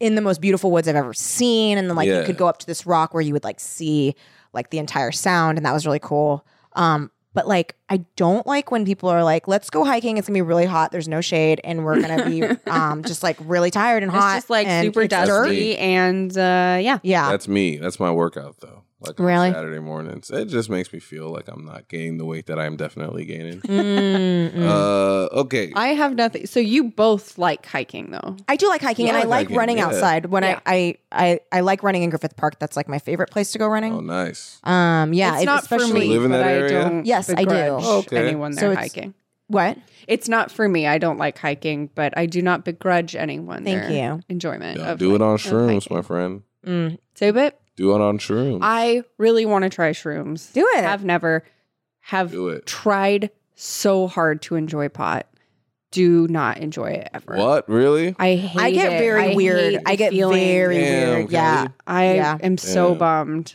in the most beautiful woods I've ever seen. And then like Yeah. you could go up to this rock where you would like see like the entire sound, and that was really cool. Um, but like I don't like when people are like, "Let's go hiking. It's gonna be really hot. There's no shade, and we're gonna [LAUGHS] be um just like really tired and It's hot. just like and super it's dirt." dusty and uh, yeah. Yeah, That's me. That's my workout though. Like on Really? Saturday mornings, it just makes me feel like I'm not gaining the weight that I am definitely gaining. Mm, Mm-hmm. mm. Uh, okay. I have nothing. So you both like hiking though. I do like hiking, Yeah, and I I like like hiking, running yeah. outside. When Yeah. I, I I I like running in Griffith Park. That's like my favorite place to go oh, running. nice. Um, yeah, it's it- not for especially- me. live in but that I area? don't Yes, I do. begrudge Oh, okay. Anyone So there it's- hiking. What? It's not for me. I don't like hiking, but I do not begrudge anyone. Thank their you. Enjoyment. Yeah, of do it on shrooms, Mm. hiking. my friend. Mm, Say but Do it on shrooms. I really want to try shrooms. do it. Have never have do it. tried so hard to enjoy pot. Do not enjoy it ever. What really? I hate I get it. very I weird. hate the I get feeling. very Damn, weird. Yeah. Kelly. I Yeah. am so Yeah. bummed.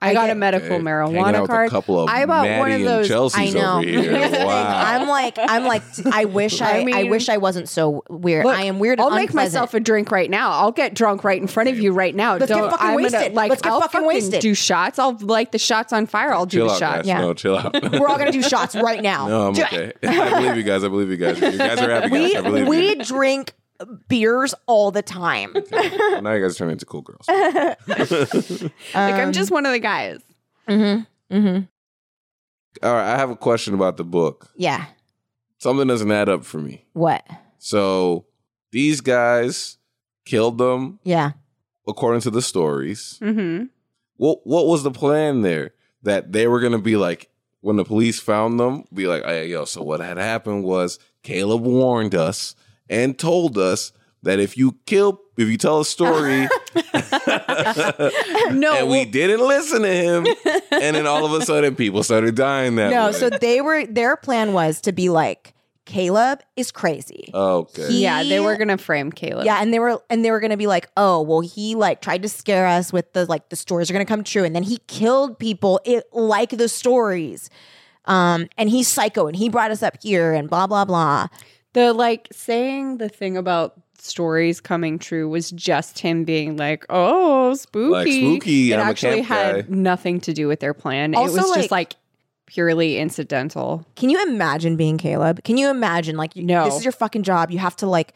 I, I got get- a medical Hey, hanging out marijuana with card. A couple of I bought Maddie one of And those- Chelsea's I know. [LAUGHS] over Here's the here. thing. wow. [LAUGHS] I'm like, I'm like, I wish I, I, I mean- wish I wasn't so weird. Look, I am weird. I'll and make myself a drink right now. I'll get drunk right in front of you right now. Let's get Don't, fucking I'm Gonna, wasted. like, Let's get I'll fucking fucking wasted. do shots. I'll like the shots on fire. I'll do chill the out, shots. guys. Yeah. No, chill out. unpleasant. [LAUGHS] We're all gonna do shots right now. [LAUGHS] no, I'm Do okay. I believe you guys. I believe you guys. You guys are happy guys. I it. believe We [LAUGHS] you. drink beers all the time. Now you guys are turning into [LAUGHS] cool girls. Like I'm just one of the guys. Mm-hmm, mm-hmm. All right, I have a question about the book. Yeah. Something doesn't add up for me. What? So these guys killed them Yeah. according to the stories. Mm-hmm. what what was the plan there that they were gonna be like when the police found them be like hey yo so what had happened was caleb warned us and told us that if you kill if you tell a story No, and we didn't listen to him and then all of a sudden people started dying that No, way. so they were their plan was to be like Caleb is crazy. Oh. Okay. He- yeah, they were gonna frame Caleb. Yeah, and they were and they were gonna be like, oh, well, he like tried to scare us with the like the stories are gonna come true, and then he killed people it, like the stories. Um, and he's psycho, and he brought us up here, and blah blah blah. The like saying the thing about stories coming true was just him being like, "Oh, spooky." like spooky. It I'm a actually camp had guy. nothing to do with their plan. Also, it was like- just like purely incidental. Can you imagine being Caleb? Can you imagine like you, No. this is your fucking job? You have to like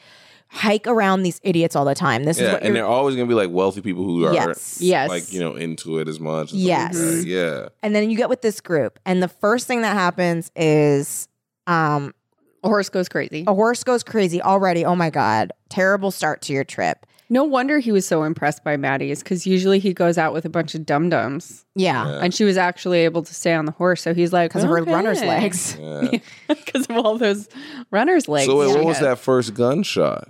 hike around these idiots all the time. This is Yeah, what and you're, they're always gonna be like wealthy people who are Yes. Yes. like you know into it as much. and Yes. stuff like that. yeah. and then you get with this group, and the first thing that happens is, um, A horse goes crazy. A horse goes crazy already. Oh my God. Terrible start to your trip. No wonder he was so impressed by Maddie's because usually he goes out with a bunch of dum dums, Yeah. Yeah. and she was actually able to stay on the horse. So he's like, Because of her [LAUGHS] runner's "Okay." legs. yeah. [LAUGHS] because of all those runner's legs. so wait, she what was had. that first gunshot?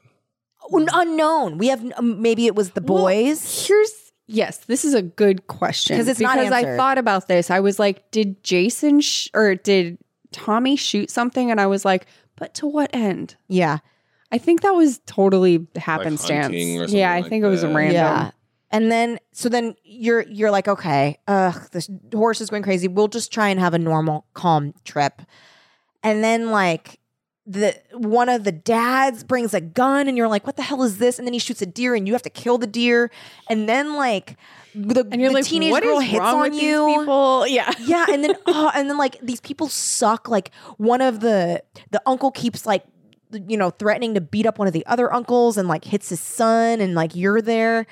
Un- Unknown. We have, um, maybe it was the Well, boys. Here's yes, this is a good question 'Cause it's not because I answered. thought about this. I was like, did Jason sh- or did Tommy shoot something? And I was like, but to what end? yeah. I think that was totally happenstance. hunting or something yeah, I like think it was that. random. Yeah. And then, so then you're, you're like, okay, ugh, this horse is going crazy. We'll just try and have a normal, calm trip. And then, like, the one of the dads brings a gun and you're like what the hell is this and then he shoots a deer and you have to kill the deer and then like the, And you're the like, teenage what girl is hits wrong on with you These people? [LAUGHS] Yeah. yeah and then oh, and then like these people suck like one of the the uncle keeps like you know threatening to beat up one of the other uncles and like hits his son and like you're there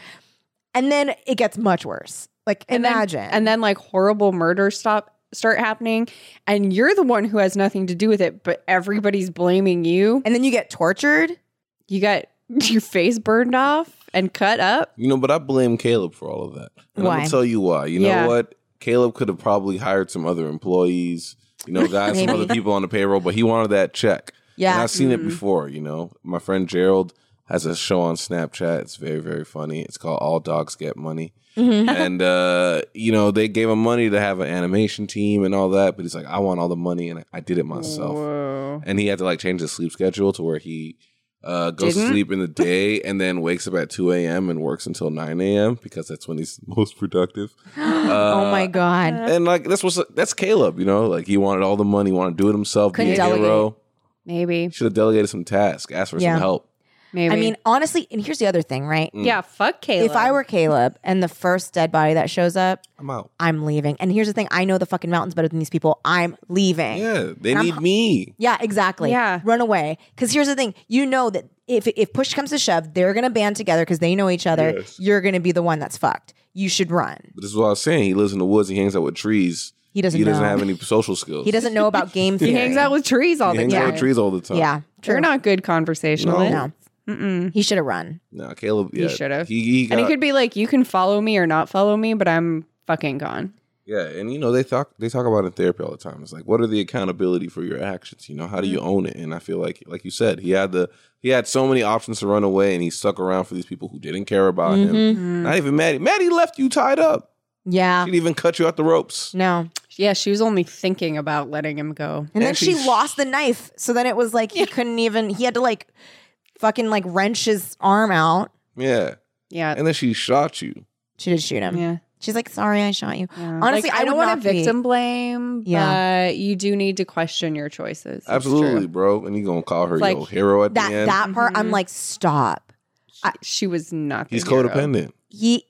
and then it gets much worse like And then- imagine and then like horrible murders stop start happening, and you're the one who has nothing to do with it, but everybody's blaming you. and then you get tortured You got [LAUGHS] your face burned off and cut up. You know, but I blame Caleb for all of that. And I'm Why? gonna tell you why. You Yeah. know what? Caleb could have probably hired some other employees, you know, got some Maybe. other people on the payroll, but he wanted that check. And yeah Mm. I've seen Mhm. it before, you know. My friend Gerald has a show on Snapchat. It's very, very funny. It's called All Dogs [LAUGHS] Get Money. Mm-hmm. and uh, you know, they gave him money to have an animation team and all that, but he's like, I want all the money and I did it myself Whoa. and he had to like change his sleep schedule to where he uh, goes Didn't? to sleep in the day and then wakes up at 2 a.m. and works until 9 a.m. because that's when he's [LAUGHS] most [GASPS] productive. oh Uh, my god And like that's what's that's Caleb, you know, like he wanted all the money, wanted to do it himself, be a Couldn't hero. Maybe. Should have delegated some tasks, asked for Yeah. some help. Maybe. i mean honestly and here's the other thing right yeah, fuck Caleb. if i were caleb and the first dead body that shows up I'm out. i'm leaving and here's the thing i know the fucking mountains better than these people i'm leaving Yeah, they And I'm- need me. Yeah, exactly. Yeah. Run away. Because here's the thing you know that if, if push comes to shove, they're going to band together because they know each other. You're going to be the one that's fucked. You should run. But this is what I was saying. He lives in the woods. He hangs out with trees. He doesn't He doesn't know. [LAUGHS] have any social skills. he doesn't know about [LAUGHS] game he theory. hangs out with trees all He the hangs out time. with trees all the time. Yeah. True. You're not good conversationalists. No. Mm-mm. He should have run. No, Caleb. He Yeah, should've. He, he got, And he could be like, you can follow me or not follow me, but I'm fucking gone. Yeah, and you know they talk they talk about it in therapy all the time. It's like, what are the accountability for your actions? You know, how do Mm-hmm. you own it? And I feel like, like you said, he had the he had so many options to run away, and he stuck around for these people who didn't care about Mm-hmm. him. Mm. Not even Maddie. Maddie left you tied up. Yeah. She didn't even cut you out the ropes. No. Yeah, she was only thinking about letting him go. And then And she she's- lost the knife. So then it was like he couldn't even, he had to like fucking like wrench his arm out. Mm-hmm. Yeah, Yeah. and then she shot you. She did shoot him. Yeah. She's like, sorry, I shot you. yeah. Honestly, Like, I don't would want not to be- victim blame, Yeah. but you do need to question your choices. It's Absolutely, true. bro. And you gonna call her It's like your hero at That, the end? that part, I'm Mhm. like, stop. I- She was not. the He's hero. codependent. he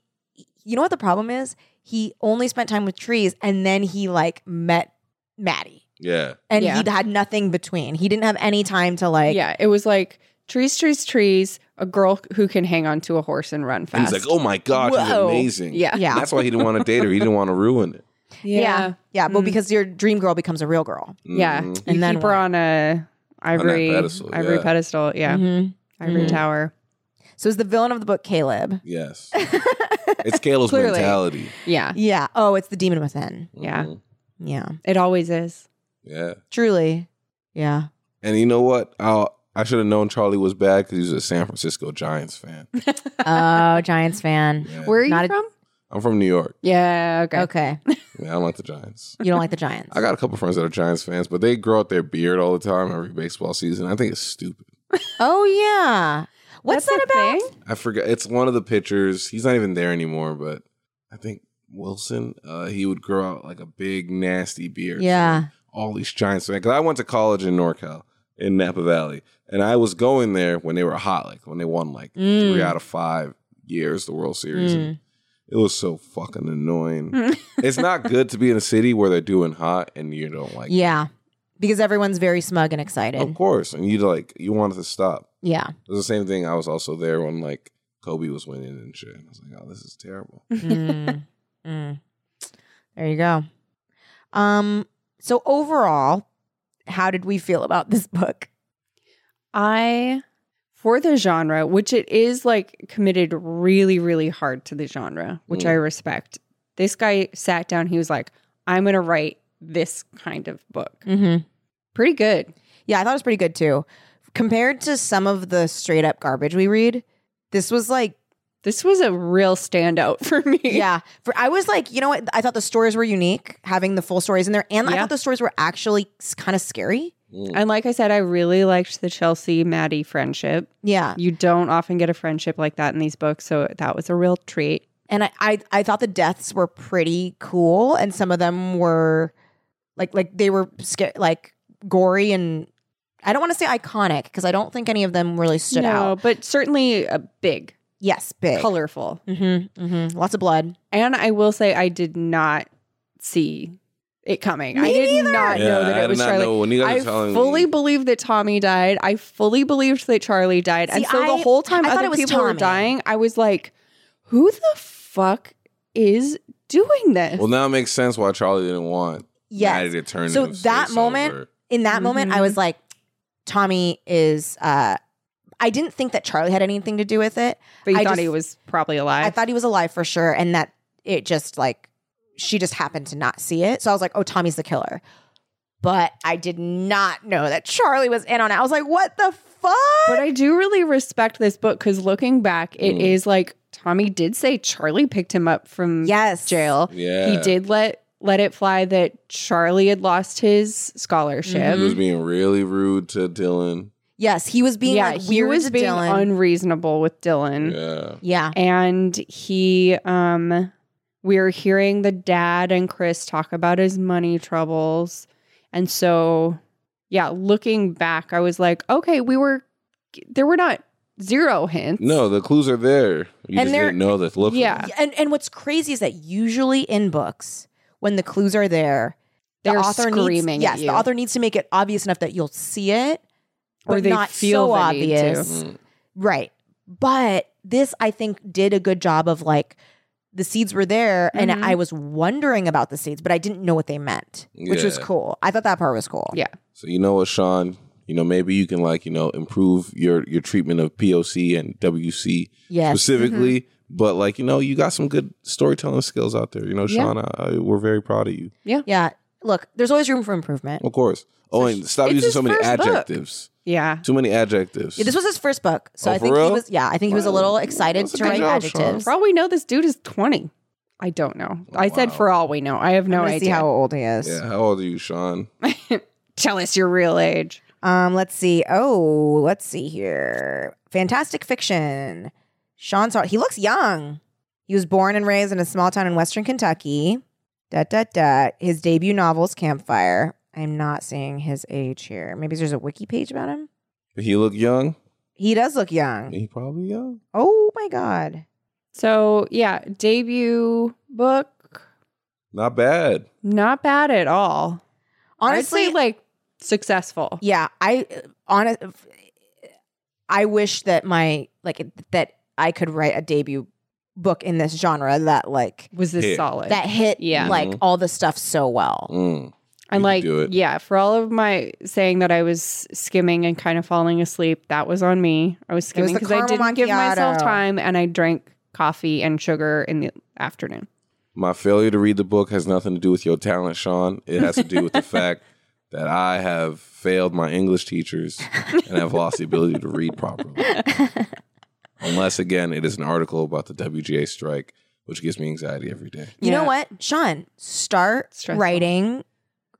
you know what the problem is he only spent time with trees and then he like met maddie Yeah, and Yeah. he'd had nothing between he didn't have any time to like yeah, it was like trees, trees, trees. A girl who can hang onto a horse and run and fast. he's like, oh my god, she's Whoa. amazing. Yeah. yeah that's why he didn't want to date her. He didn't want to ruin it. Yeah. Yeah. yeah but Mm. because your dream girl becomes a real girl Yeah. Mhm. You And then keep her what? on a ivory pedestal, ivory yeah. pedestal. Yeah. Ivory Mhm. tower. so is the villain of the book caleb [LAUGHS] Yes, it's Caleb's Clearly. mentality. Yeah. yeah oh it's the demon within Yeah. Mhm. yeah It always is. Yeah. truly yeah And you know what? I'll, I should have known Charlie was bad because he was a San Francisco Giants fan. oh [LAUGHS] giants fan Yeah. Where are you Not a- from? I'm from New York. Yeah. Okay. Okay. Yeah, I don't like the Giants. You don't like the Giants. I got a couple friends that are Giants fans, but they grow out their beard all the time every baseball season. I think it's stupid. Oh yeah. What's That's that a about? thing? I forgot. It's one of the pitchers. He's not even there anymore, but I think Wilson. Uh, he would grow out like a big nasty beard. Yeah. all these Giants fans. Because I went to college in NorCal in Napa Valley, and I was going there when they were hot, like when they won like Mm. three out of five years the World Series. Mm. And it was so [LAUGHS] fucking annoying. it's not good to be in a city where they're doing hot and you don't like. it. Yeah. Because everyone's very smug and excited. of course, and you like you want it to stop. Yeah. It was the same thing. I was also there when like Kobe was winning and shit. And I was like, oh, this is terrible. Mm. Mm. There you go. Um, so overall, how did we feel about this book? I for the genre, which it is like committed really, really hard to the genre, which Mm. I respect. This guy sat down, he was like, I'm gonna write this kind of book. Mm-hmm. Pretty good. Yeah, I thought it was pretty good too. Compared to some of the straight up garbage we read, this was [LAUGHS] like, This was a real standout [LAUGHS] for me. yeah. For I was like, you know what? I thought the stories were unique, having the full stories in there, and I Yeah. thought the stories were actually kind of scary. Mm. And like I said, I really liked the Chelsea Maddie friendship. Yeah, You don't often get a friendship like that in these books, so that was a real treat. and I, I I thought the deaths were pretty cool, and some of them were like like they were sca- like gory and I don't want to say iconic because I don't think any of them really stood out. but certainly uh, big, Yes, big colorful. Mm-hmm, mm-hmm. Lots of blood. And I will say, I did not see it coming. I Me did neither. not know that I it was did not Charlie. know when you guys I were telling fully me. believed that Tommy died. I fully believed that Charlie died. and See, so the I- whole time I thought other it was people were Tommy. dying, I was like, who the fuck is doing this? Well, now it makes sense why Charlie didn't want Yes. Maddie to turn. So his that face moment- over. In that moment, I was like, Tommy is. uh I didn't think that Charlie had anything to do with it. but you I thought just- he was probably I, alive. thought he was alive for sure, and that it just like she just happened to not see it. So I was like, oh, Tommy's the killer. But I did not know that Charlie was in on it. I was like, what the fuck? but I do really respect this book because looking back, it is Mm. like Tommy did say Charlie picked him up from yes, jail. Yeah, He did let let it fly that Charlie had lost his scholarship. He was being really rude to Dylan. Yes, he was being yeah, like he weird was to being Dylan. unreasonable with Dylan. Yeah. yeah, and he um we were hearing the dad and Chris talk about his money troubles. And so yeah, looking back, I was like, okay, we were there were not zero hints. No, the clues are there. And You just they're- didn't know that. Look, Yeah. and and what's crazy is that usually in books, when the clues are there, the They're author screaming needs at yes, you. the author needs to make it obvious enough that you'll see it, Or but they not feel so the need to. obvious. Mm. Right. But this, I think, did a good job of like the seeds were there Mhm. and I was wondering about the seeds, but I didn't know what they meant, which was Yeah. cool. I thought that part was cool. Yeah. So you know what, Sean? You know maybe you can like you know improve your your treatment of POC and WC Yes. specifically. Mm-hmm. But like you know, you got some good storytelling skills out there. You know, Yeah. Sean, I, I, we're very proud of you. Yeah. Look, there's always room for improvement. Of course. Oh, and stop it's using his so many first book. adjectives. Yeah. Too many adjectives. Yeah, this was his first book. So Oh, I for think real? he was, yeah, I think he was a Wow. little excited That's a to good write job, Sean. adjectives. For all we know, this dude is 20. I don't know. I said Oh, wow. for all we know. I have no I'm gonna idea. see how old he is. yeah. How old are you, Sean? [LAUGHS] Tell us your real age. Um, let's see. Oh, let's see here. Fantastic fiction. Sean Saw. He looks young. He was born and raised in a small town in western Kentucky. Da da da. His debut novel is Campfire. I'm not seeing his age here. Maybe there's a wiki page about him. He look young. He does look young. He probably young. Oh my god. So yeah, debut book, Not bad. not bad at all. Honestly, I'd say, like successful. yeah. I honest. I wish that my like that I could write a debut book in this genre that like was this Hit. solid that hit Yeah. like Mhm. all the stuff so well. Mm. and could like do it. yeah for all of my saying that i was skimming and kind of falling asleep that was on me i was was skimming the because i caramel didn't give myself macchiato. time and i drank coffee and sugar in the afternoon My failure to read the book has nothing to do with your talent, Sean. It has to [LAUGHS] do with the fact that I have failed my English teachers and have lost the ability to [LAUGHS] Mm-hmm. read properly. Unless, again, it is an article about the WGA strike, which gives me anxiety every day. You know Yeah. what, Sean? Start Stressful. writing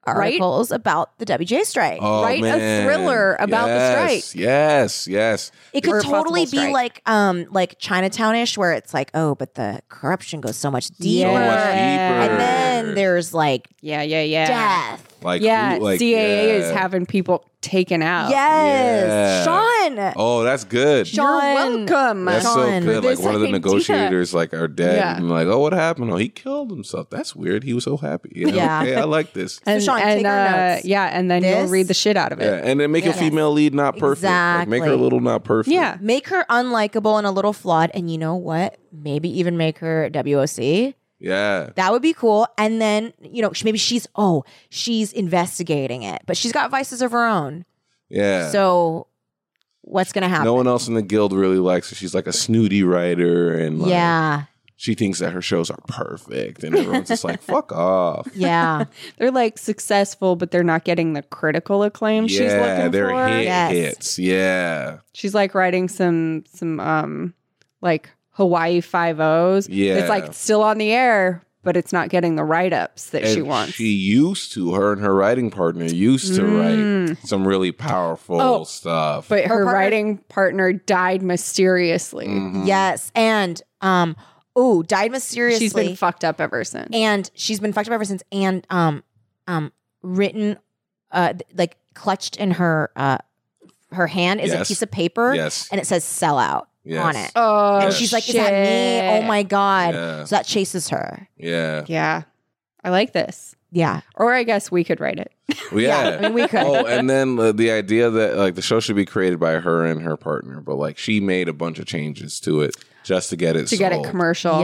articles about the WJ strike. Oh, Write a man. thriller about the Yes, Yes, yes. it could or a possible totally be strike. like um like Chinatownish, where it's like, oh, but the corruption goes so much deeper, So much deeper. Yeah. and then there's like Yeah, yeah, yeah. death. like, yeah, who- like, CAA is yeah. having people taken out. Yes, Yeah. Sean. Oh, that's good. You're Sean. welcome. That's Sean, so good. Like this one of the idea. negotiators, like are dead. Yeah. And like, oh, what happened? Oh, he killed himself. That's weird. He was so happy. You know? [LAUGHS] Yeah. Okay, I like [LAUGHS] this. And, Sean, and, take our uh, notes. yeah, and then you'll This- read the shit out of Yeah, it. and then make Yes. a female lead not perfect. Like, make her a Exactly. little not perfect. Yeah. Make her unlikable and a little flawed, and you know what? Maybe even make her WOC. yeah. That would be cool. And then you know sh- maybe she's oh she's investigating it, but she's got vices of her own. Yeah. So what's gonna happen? no one else in the guild really likes her. She's like a snooty writer, and like, yeah, she thinks that her shows are perfect, and everyone's [LAUGHS] just like, "Fuck off." [LAUGHS] yeah. They're like successful, but they're not getting the critical acclaim she's yeah, looking they're for. hit Yes. hits. Yeah, She's like writing some some um like Hawaii Five O's. Yeah. it's like still on the air, but it's not getting the write ups that she And wants. She used to. Her and her writing partner used to Mm. write some really powerful Oh, stuff. but her, Her partner- writing partner died mysteriously. Mhm. Yes, and um, oh, died mysteriously. She's been fucked up ever since. and she's been fucked up ever since. And um, um, written, uh, th- like clutched in her uh, her hand is a Yes. piece of paper, yes, and it says "sell out" yes. on it. oh, and yes. she's like, "Is that me? Oh shit. my god!" Yeah, So that chases her. [LAUGHS] yeah, Yeah, I like this. Yeah, Or I guess we could write it. Well, yeah. I mean, we [LAUGHS] could. oh, and then the, the idea that like the show should be created by her and her partner, but like she made a bunch of changes to it just to get it to get it sold. commercial.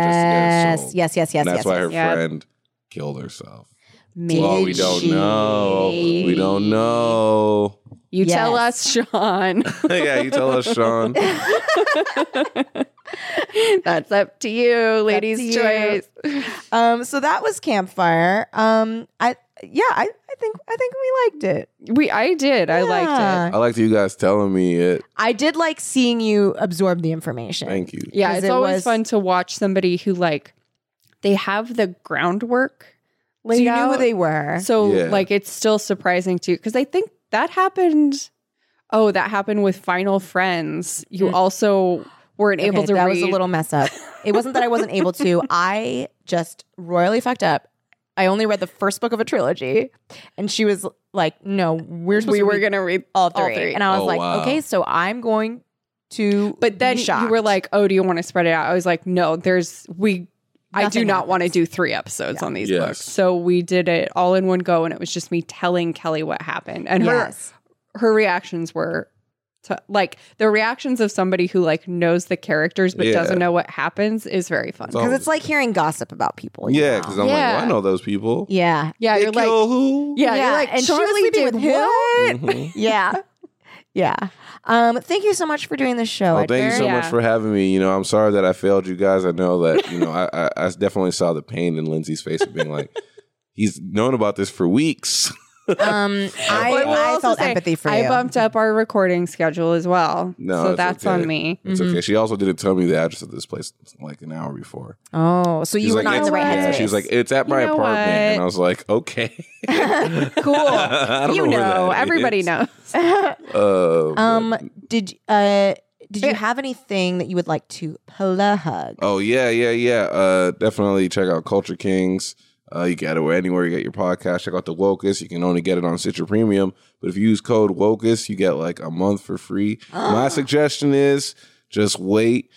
Yes, Yeah, just to get it sold. yes, yes, yes, and that's yes. why yes. her yes. friend killed herself. Maybe well, we don't she- know. We don't know. [LAUGHS] You tell us, Yes. [LAUGHS] Sean. [LAUGHS] yeah, you tell us, Sean. That's up to you, ladies' to you. choice. Um, so that was campfire. Um, I yeah, I, I think I think we liked it. We, I did. I liked Yeah. I liked you guys telling me it. I did like seeing you absorb the information. Thank you. it. Yeah, 'Cause it's it always was- fun to watch somebody who like they have the groundwork laid so you out. knew who they were. So Yeah. like it's still surprising to you because I think that happened. Oh, that happened with Final Friends. You Mm. also weren't able Okay, to that read. was a little mess up. It wasn't that I wasn't able [LAUGHS] to. I just royally fucked up. I only read the first book of a trilogy, and she was like, "No, we're supposed we to were read gonna read all three. all three. And I was Oh, like, wow. "Okay, so I'm going to." But then be you were shocked. like, "Oh, do you want to spread it out?" I was like, "No, there's we. I do Nothing not want to happens. do three episodes on these Yes. books." So we did it all in one go, and it was just me telling Kelly what happened, and "Yes, her her reactions were. To, like the reactions of somebody who like knows the characters but Yeah. doesn't know what happens is very fun. all- because it's like hearing gossip about people." you Oh. Yeah, know? because I'm like, well, Yeah. I know those people. yeah, yeah, They you're like, kill who? yeah, you're like, and she Charlie was sleeping did with what? who? Mhm. [LAUGHS] yeah, yeah. Um, thank you so much for doing this show. Well, Oh, thank you Edgar. so much Yeah. for having me. You know, I'm sorry that I failed you guys. I know that you know I, I, I definitely saw the pain in Lindsay's face of being like, [LAUGHS] he's known about this for weeks. [LAUGHS] [LAUGHS] Um, I, Well, I will I, also felt say, empathy for I you. bumped up our recording schedule as well, No, so it's that's okay. on [LAUGHS] me. It's okay. She also didn't tell me the address of this place like an hour before. Oh, so She you was were like, not in the "It's- right "Yeah," headspace. She was like, it's at my You know what? apartment, and I was like, okay, Cool. [LAUGHS] I don't you know where that everybody is. knows. [LAUGHS] Uh, um, did uh, did you Yeah. have anything that you would like to plug? Oh yeah, yeah, yeah. Uh, definitely check out Culture Kings. Uh, you get it anywhere you get your podcast. Check out the Wokus. You can only get it on Stitcher Premium, but if you use code Wokus, you get like a month for free. [GASPS] Ah. My suggestion is just wait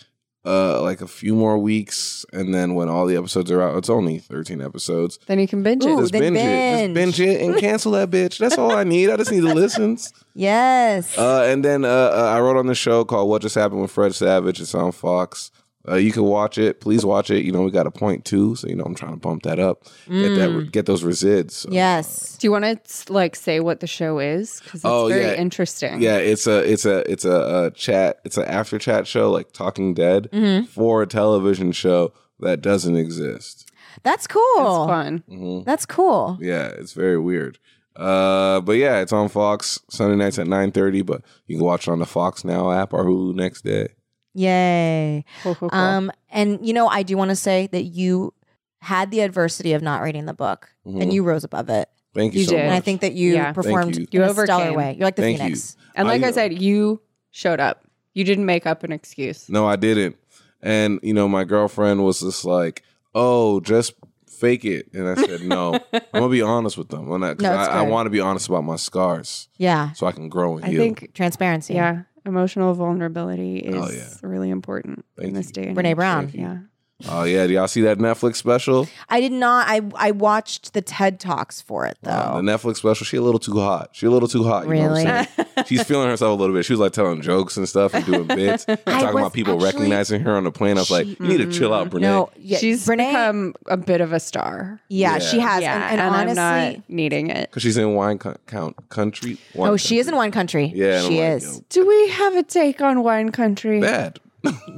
uh, like a few more weeks, and then when all the episodes are out, it's only thirteen episodes. Then you can binge Ooh, it. Just then binge, it. Just binge. binge it and cancel that bitch. That's all I need. I just need the listens. Yes. Uh, and then uh, uh, I wrote on the show called "What Just Happened with Fred Savage." It's on Fox. Uh, you can watch it. Please watch it. You know we got a point two, so you know I'm trying to bump that up. Get that. Get those resids. Uh, So, Mm. yes. Do you want to like say what the show is? Because it's Oh, very yeah. interesting. Yeah, it's a it's a it's a, uh chat. It's an after chat show like Talking Dead Mm-hmm. for a television show that doesn't exist. That's it's cool. fun. hmm That's cool. Yeah, it's very weird. Uh, but yeah, it's on Fox Sunday nights at nine thirty. But you can watch it on the Fox Now app or Hulu next day. Yay. Cool, cool, cool. Um, and you know, I do want to say that you had the adversity of not reading the book Mhm. and you rose above it. Thank you, You so did. And much. I think that you Mm. Yeah. Thank performed you. in You a stellar overcame. way. You're like the Thank you. phoenix. and like I, I- said, you showed up. You didn't make up an excuse. No, I didn't. And you know, my girlfriend was just like, "Oh, just fake it." And [LAUGHS] I said, [LAUGHS] "No, I'm gonna be honest with them. When I, 'cause No, it's I, I good. want to be honest about my scars, Yeah. so I can grow and I heal." think, Transparency. yeah, emotional vulnerability is Oh, yeah. really important in Thank this you. day. And Brene age. Brown. Thank you. Yeah. Oh yeah, do y'all see that Netflix special? I did not. I I watched the TED talks for it though. Uh, the Netflix special. She a little too hot. She a little too hot. You know what Oh. Really? [LAUGHS] I'm saying? She's feeling herself a little bit. She was like telling jokes and stuff and [LAUGHS] doing bits, and I talking was about people actually- recognizing her on the plane. I was like, "You need to chill out, Brene." No, yeah, She's Brene. become a bit of a star. yeah, Yeah. she has. yeah, and, and honestly, I'm not needing it. Cause she's in wine co- count country. Wine oh, she is in country. one country. Yeah, and I'm she like, is. yo, Do we have a take on wine country? bad.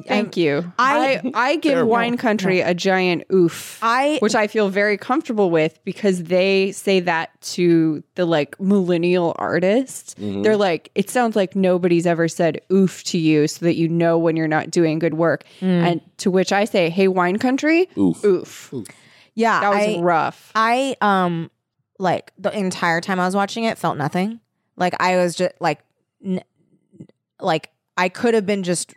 Thank you. Um, I- I I, [LAUGHS] give Terrible. wine country a giant oof. I which I feel very comfortable with because they say that to the like millennial artists. Mm-hmm. Mm. They're like, it sounds like nobody's ever said oof to you so that you know when you're not doing good work. Mm. And to which I say, hey, wine country, Oof. oof. yeah, That was I, rough. I um like the entire time I was watching it felt nothing. Like I was just like n- like I could have been just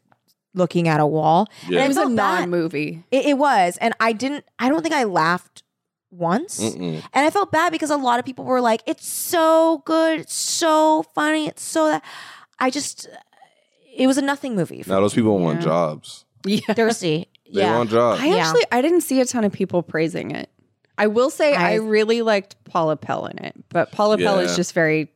looking at a wall. Yeah. And it was a felt bad. non movie. It, it was, and I didn't. I don't think I laughed once. Mm-mm. And I felt bad because a lot of people were like, "It's so good, it's so funny, it's so that." I just, it was a nothing movie. For Now those people want Yeah. jobs. [LAUGHS] Yeah. Thirsty, They yeah. want jobs. I actually I didn't see a ton of people praising it. I will say I- I, really liked Paula Pell in it, but Paula Pell is Yeah. just very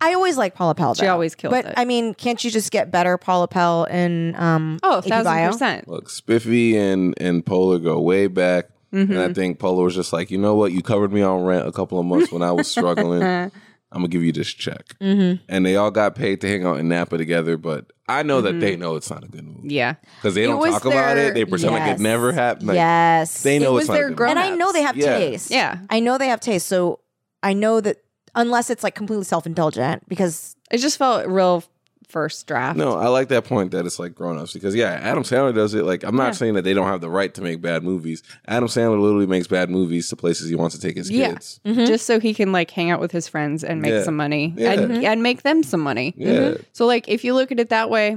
I always like Paula Pell. She though. always kills but it. I mean, can't you just get better Paula Pell in um? oh a Iggy thousand Bio? percent. Look, Spiffy and and Polar go way back, and I Mhm. think Polar was just like, you know what, you covered me on rent a couple of months when I was [LAUGHS] struggling. I'm Uh-huh. gonna give you this check, Mhm. and they all got paid to hang out in Napa together. But I know that Mhm. they know it's not a good movie Yeah. because they It don't was talk about their- it. They pretend like Yes. it never happened. Like, yes, They know It it's was not a their good and movie. I know they have Yeah. taste. Yeah. I know they have taste. So I know that unless it's like completely self indulgent, because It just felt real first draft. No, I like that point that it's like grown ups because yeah, Adam Sandler does it. Like I'm not saying that they don't have the right to make bad movies. Adam Sandler literally makes bad movies to places he wants to take his Yeah. kids. Hmm? Mm-hmm. just so he can like hang out with his friends and make Yeah. some money Yeah. and, Mm-hmm. and make them some money. Yeah, So like if you look at it that way,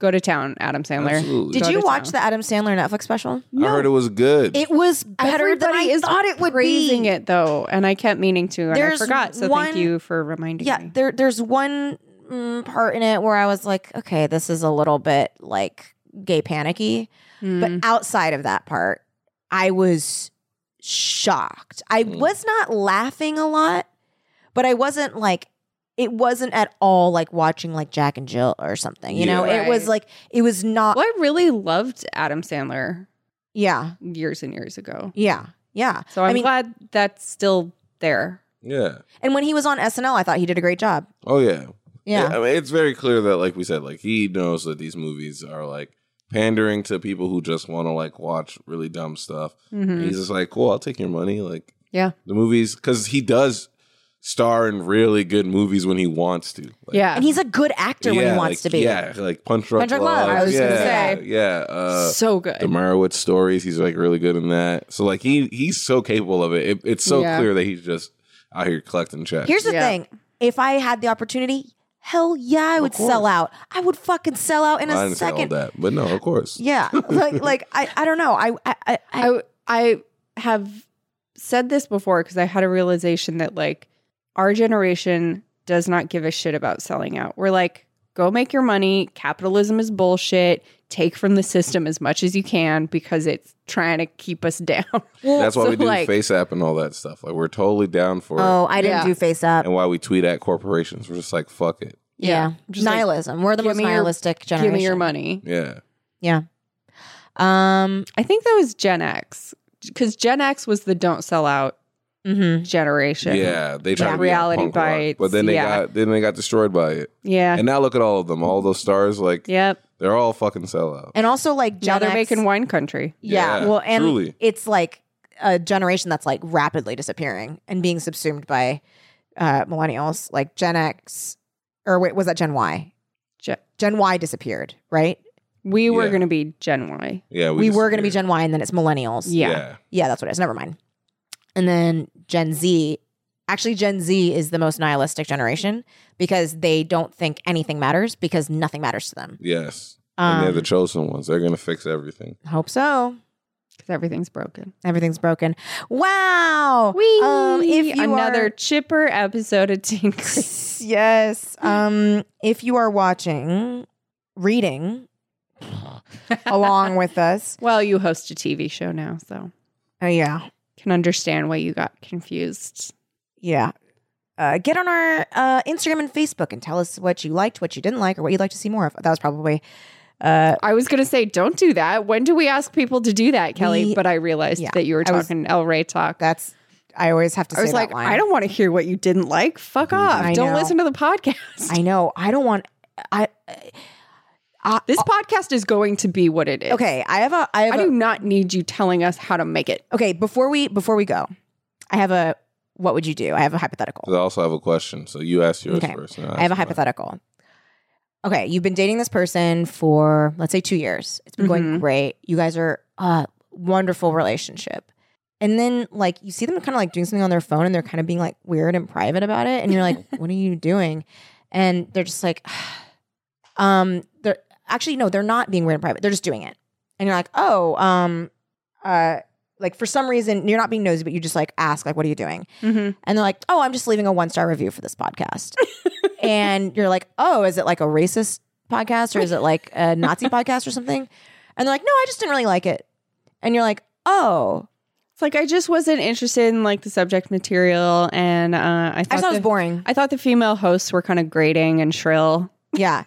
go to town, Adam Sandler. absolutely. did Go you to watch town. the Adam Sandler Netflix special? I heard it was good. It was better than I Everybody is thought it would Praising be. it though, and I kept meaning to, and There's I forgot. So one- thank you for reminding Yeah, me. there there's one mm, part in it where I was like, okay, this is a little bit like gay panicky, but Mm-hmm. uh, Mm. outside of that part, I was shocked. I Mm. was not laughing a lot, but I wasn't like it wasn't at all like watching like Jack and Jill or something. You know, Yeah. it was Right. like it was not. well, I really loved Adam Sandler Yeah, years and years ago. yeah, yeah. So I'm mean- glad that's still there. yeah. And when he was on SNL, I thought he did a great job. Oh yeah. Yeah, I mean, it's very clear that, like we said, like he knows that these movies are like pandering to people who just want to like watch really dumb stuff. And Mhm. Mm-hmm. he's just like, cool, I'll take your money. Like, Yeah. the movies because he does star in really good movies when he wants to. Like, yeah, and he's a good actor when he yeah, wants like- to be. Yeah, like Punch Drunk Punch Drunk Love. Love, I was yeah, gonna say. yeah. Uh, so good. the Meyerowitz stories, he's like really good in that. So like he he's so capable of it. it it's so Yeah. clear that he's just out here collecting checks. Here's the Yeah. thing: if I had the opportunity, hell yeah, I would sell out. I would fucking sell out in I a didn't say all second. that, but no, of course. Yeah, [LAUGHS] like like I, I don't know. I I, I, I I I have said this before because I had a realization that like our generation does not give a shit about selling out. We're like, go make your money. Capitalism is bullshit. Take from the system as much as you can because it's trying to keep us [LAUGHS] down. That's why So, we do like- face app and all that stuff. Like we're totally down for oh I didn't Yeah. do face up. it, and why we tweet at corporations. We're just like fuck it. Yeah, Just like, nihilism. We're the give most me your- nihilistic generation. give me your money. Yeah, Um. I think that was Gen X because Gen X was the don't sell out mhm. generation. yeah. They try Yeah. to be Reality a punk rock, bites, but then they yeah. got then they got destroyed by it. Yeah. And now look at all of them, all those stars. Like yep. they're all fucking sellout. And also like Gen now they're X- making wine country. Yeah, Yeah, Well, and truly. it's like a generation that's like rapidly disappearing and being subsumed by uh, millennials, like Gen X, or wait, was that Gen Y? Gen- Gen Y disappeared, right? We were Yeah. going to be Gen Y. Yeah, We, just- were going to be yeah. Gen Y and then it's millennials. Yeah. Yeah, that's what it is. Never mind. And then Gen Z. Actually, Gen Z is the most nihilistic generation because they don't think anything matters because nothing matters to them. Yes. and they're Um, the chosen ones. They're going to fix everything. hope so. Because everything's broken. Everything's broken. Wow. Um, if you Another are- chipper episode [LAUGHS] of Tinker. yes. Um, if you are watching, reading along with us. Well, you host a TV show now, so Oh yeah, can understand why you got confused. yeah. Uh, get on our uh, Instagram and Facebook and tell us what you liked, what you didn't like, or what you'd like to see more of. That was probably uh, I was going to say, don't do that. When do we ask people to do that, Kelly? We- but I realized yeah, that you were I was- talking El Rey talk. that's. I always have to. I say was that like, line. Mm, I don't want to hear what you didn't like. Fuck off. I don't know. listen to the podcast. I know. I don't want. I. I [LAUGHS] this podcast is going to be what it is. okay. I have a. I have I a, do not need you telling us how to make it. okay. Before we before we go, I have a. What would you do? I have a hypothetical. 'Cause I also have a question. So you ask yours Okay. first. I have a hypothetical. Okay, you've been dating this person for let's say two years. It's been going Mhm. great. You guys are a wonderful relationship. And then like you see them kind of like doing something on their phone and they're kind of being like weird and private about it. And you're like, what are you doing? And they're just like, [SIGHS] um, they're actually no, they're not being weird and private. They're just doing it. And you're like, oh, um, uh, like for some reason you're not being nosy, but you just like ask, like, what are you doing? And they're like, oh, I'm just leaving a one star review for this [LAUGHS] podcast. and you're like, oh, is it like a racist podcast or is it like a Nazi [LAUGHS] podcast or something? And they're like, no, I just didn't really like it. And you're like, oh, It's like I just wasn't interested in like the subject material, and uh, I I thought just thought it was the- boring. I thought the female hosts were kind of grating and shrill. [LAUGHS] yeah.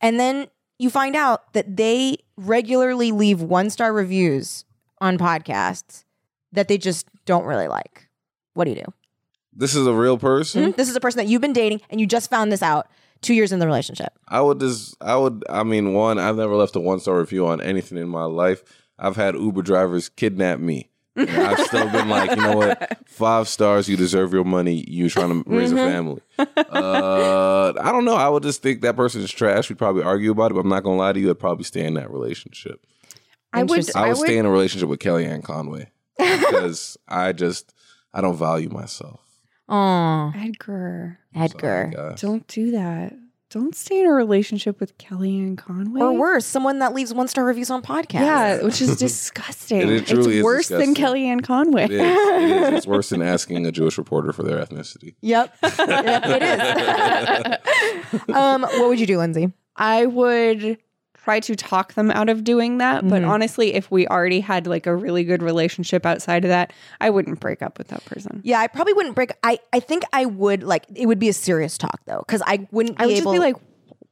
And then you find out that they regularly leave one star reviews on podcasts that they just don't really like. What do you do? This is a real person. This is a person that you've been dating and you just found this out two years in the relationship. I would just, I would, I mean, one, I've never left a one star review on anything in my life. I've had Uber drivers kidnap me. And I've still been like, you know what? Five stars, you deserve your money. You're trying to raise a family. Uh, I don't know. I would just think that person is trash. We'd probably argue about it, but I'm not going to lie to you. I'd probably stay in that relationship. I would. Interesting. I I would would. stay in a relationship with Kellyanne Conway because I just, I don't value myself. Oh, Edgar, Edgar. Sorry, guys. don't do that. Don't stay in a relationship with Kellyanne Conway. Or worse, someone that leaves one star reviews on podcasts. Yeah, which [LAUGHS] is disgusting. It- it truly it's is worse than disgusting. Kellyanne Conway. It is. It is. It's worse than asking a Jewish reporter for their ethnicity. Yep. [LAUGHS] [LAUGHS] Yep, it is. um, what would you do, Lindsay? I would try to talk them out of doing that. But Mhm. honestly, if we already had like a really good relationship outside of that, I wouldn't break up with that person. Yeah, I probably wouldn't break. I, I think I would like it would be a serious talk though, because I wouldn't be I would able. just be like,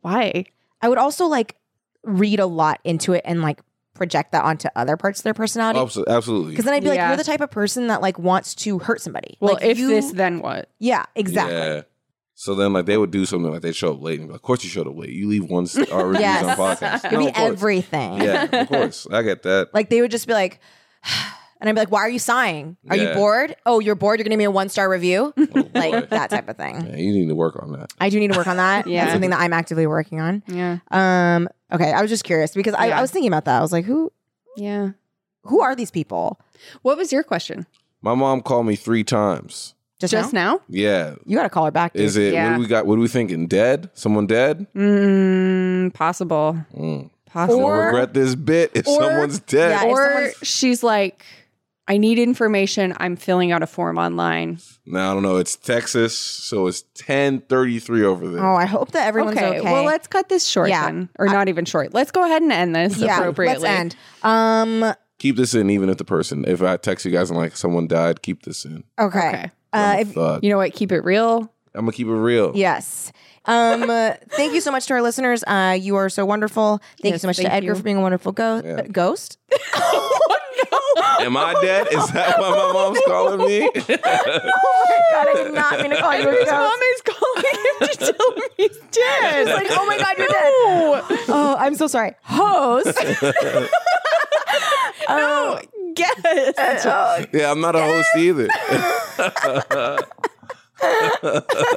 why? I would also like read a lot into it and like project that onto other parts of their personality. Abso- Absolutely. Because then I'd be like, Yeah. you're the type of person that like wants to hurt somebody. Well, like, if you- this, then what? yeah, exactly. Yeah. So then, like, they would do something like they show up late and be like, of course you showed up late. You leave [LAUGHS] one star reviews Yes. on [LAUGHS] podcasts. It'd No, be of course. everything. Yeah, of course. I [LAUGHS] get that. Like they would just be like, [SIGHS] and I'd be like, why are you sighing? Are you Yeah. bored? Oh, you're bored. You're gonna be a one star [LAUGHS] review, Oh, boy. like that type of thing. Man, you need to work on that. I do need to work on [LAUGHS] that. Yeah. That's something that I'm actively working on. Yeah. Um, okay, I was just curious because I, Yeah. I was thinking about that. I was like, who Yeah. who are these people? What was your question? My mom called me three times. Just, Just now? now? Yeah. You gotta call her back. dude. Is it, what Yeah. do we got? What are we thinking? Dead? Someone dead? Mm, possible. Mm. I'm Possible. going to Or- regret this bit if or- someone's dead. Yeah, if or someone's- she's like, I need information. I'm filling out a form online. Now, I don't know. It's Texas, so it's 1033 over there. Oh, I hope that everyone's okay. Okay, Well, let's cut this short Yeah. then, or not even short. Let's go ahead and end this yeah, appropriately. let's end. Um, Keep this in, even if the person, if I text you guys and like someone died, keep this in. okay. Okay. Uh, if, Fuck. You know what? Keep it real. I'm going to keep it real. yes. Um, uh, thank you so much to our listeners. Uh, you are so wonderful. Thank you Yes, so much to thank Edgar you. for being a wonderful go- Yeah. uh, ghost. [LAUGHS] Am I dead? Is that why my mom's calling me? [LAUGHS] Oh God, I did not mean to call [LAUGHS] you a ghost. is calling him [LAUGHS] to tell me he's It's dead. like, oh my God, you're dead. Oh, I'm so sorry. [LAUGHS] Host. Oh, no, Guess. [LAUGHS] yeah, I'm not a host either.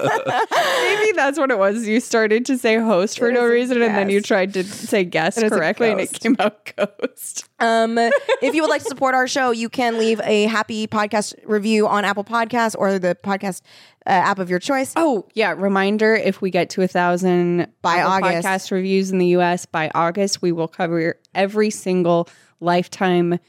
Maybe that's what it was. You started to say host for It no is a reason, and then you guess. tried to say guest It is a correctly, and it ghost. came out [LAUGHS] ghost. Um, if you would like to support our show, you can leave a happy podcast review on Apple Podcasts or the podcast uh, app of your choice. Oh yeah, reminder: if we get to a thousand By August. podcast reviews in the U.S. by August, we will cover every single lifetime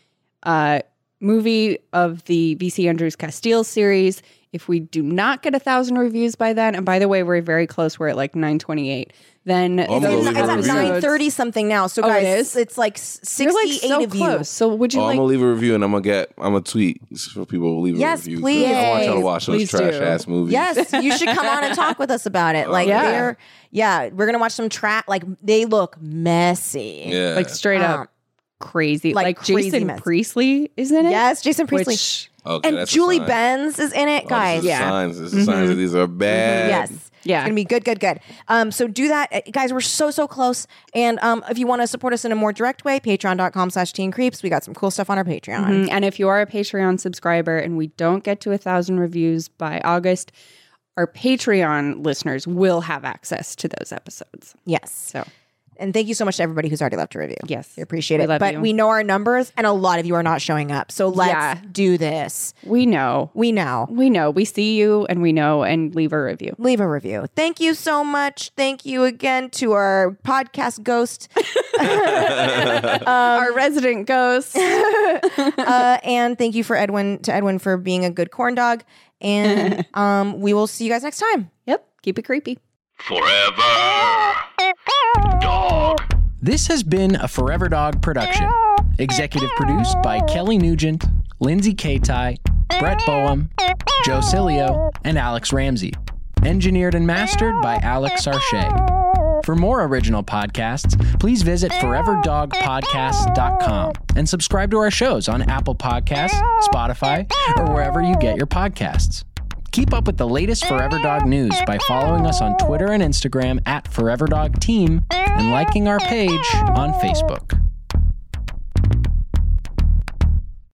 uh, movie of the VC Andrews Castile series. If we do not get a thousand reviews by then, and by the way, we're very close. We're at like nine twenty-eight. Then I'm gonna it's, leave it's a at review. nine thirty something now. So Oh, it guys, is? it's like sixty You're like eight so of you. close. So would you Oh, I'm like? gonna leave a review and I'm gonna get I'm gonna tweet for people to leave Yes, a review. 'cause please. I want y'all to watch those Please trash do. ass movies. Yes, you should come on and talk with us about [LAUGHS] Oh, it. Like, Yeah. they're yeah, we're gonna watch some trap. Like, they look messy. Yeah. like straight Um, up crazy, like like, crazy Jason mess. Priestley, isn't it? Um, Yes, Jason Priestley Which, okay, and that's a Julie sign. Benz is in it, Oh, guys. Mm-hmm. This is Yeah. Mm-hmm. Signs. This is signs that these are bad. Yes. yeah. It's gonna be good, good, good. Um, so do that, Uh, guys. We're so so close. And um, if you want to support us in a more direct way, Patreon.com/slash Teen Creeps. We got some cool stuff on our Patreon. Mm, And if you are a Patreon subscriber and we don't get to a thousand reviews by August, our Patreon listeners will have access to those episodes. Yes. So And thank you so much to everybody who's already left a review. yes, We appreciate We it. love But you. we know our numbers, and a lot of you are not showing up. So let's Yeah. do this. we know, We know. we know, we see you, and we know, and leave a review. Leave a review. Thank you so much. Thank you again to our podcast [LAUGHS] ghost [LAUGHS] Um, our resident ghost. uh, and thank you for Edwin to Edwin for being a good corn dog. And um, we will see you guys next time. yep, keep it creepy. Forever. Dog. This has been a Forever Dog production. Executive produced by Kelly Nugent, Lindsay Katai, Brett Boehm, Joe Cilio, and Alex Ramsey. Engineered and mastered by Alex Sarche. For more original podcasts, please visit foreverdogpodcasts.com and subscribe to our shows on Apple Podcasts, Spotify, or wherever you get your podcasts. Keep up with the latest Forever Dog news by following us on Twitter and Instagram at Forever Dog Team and liking our page on Facebook.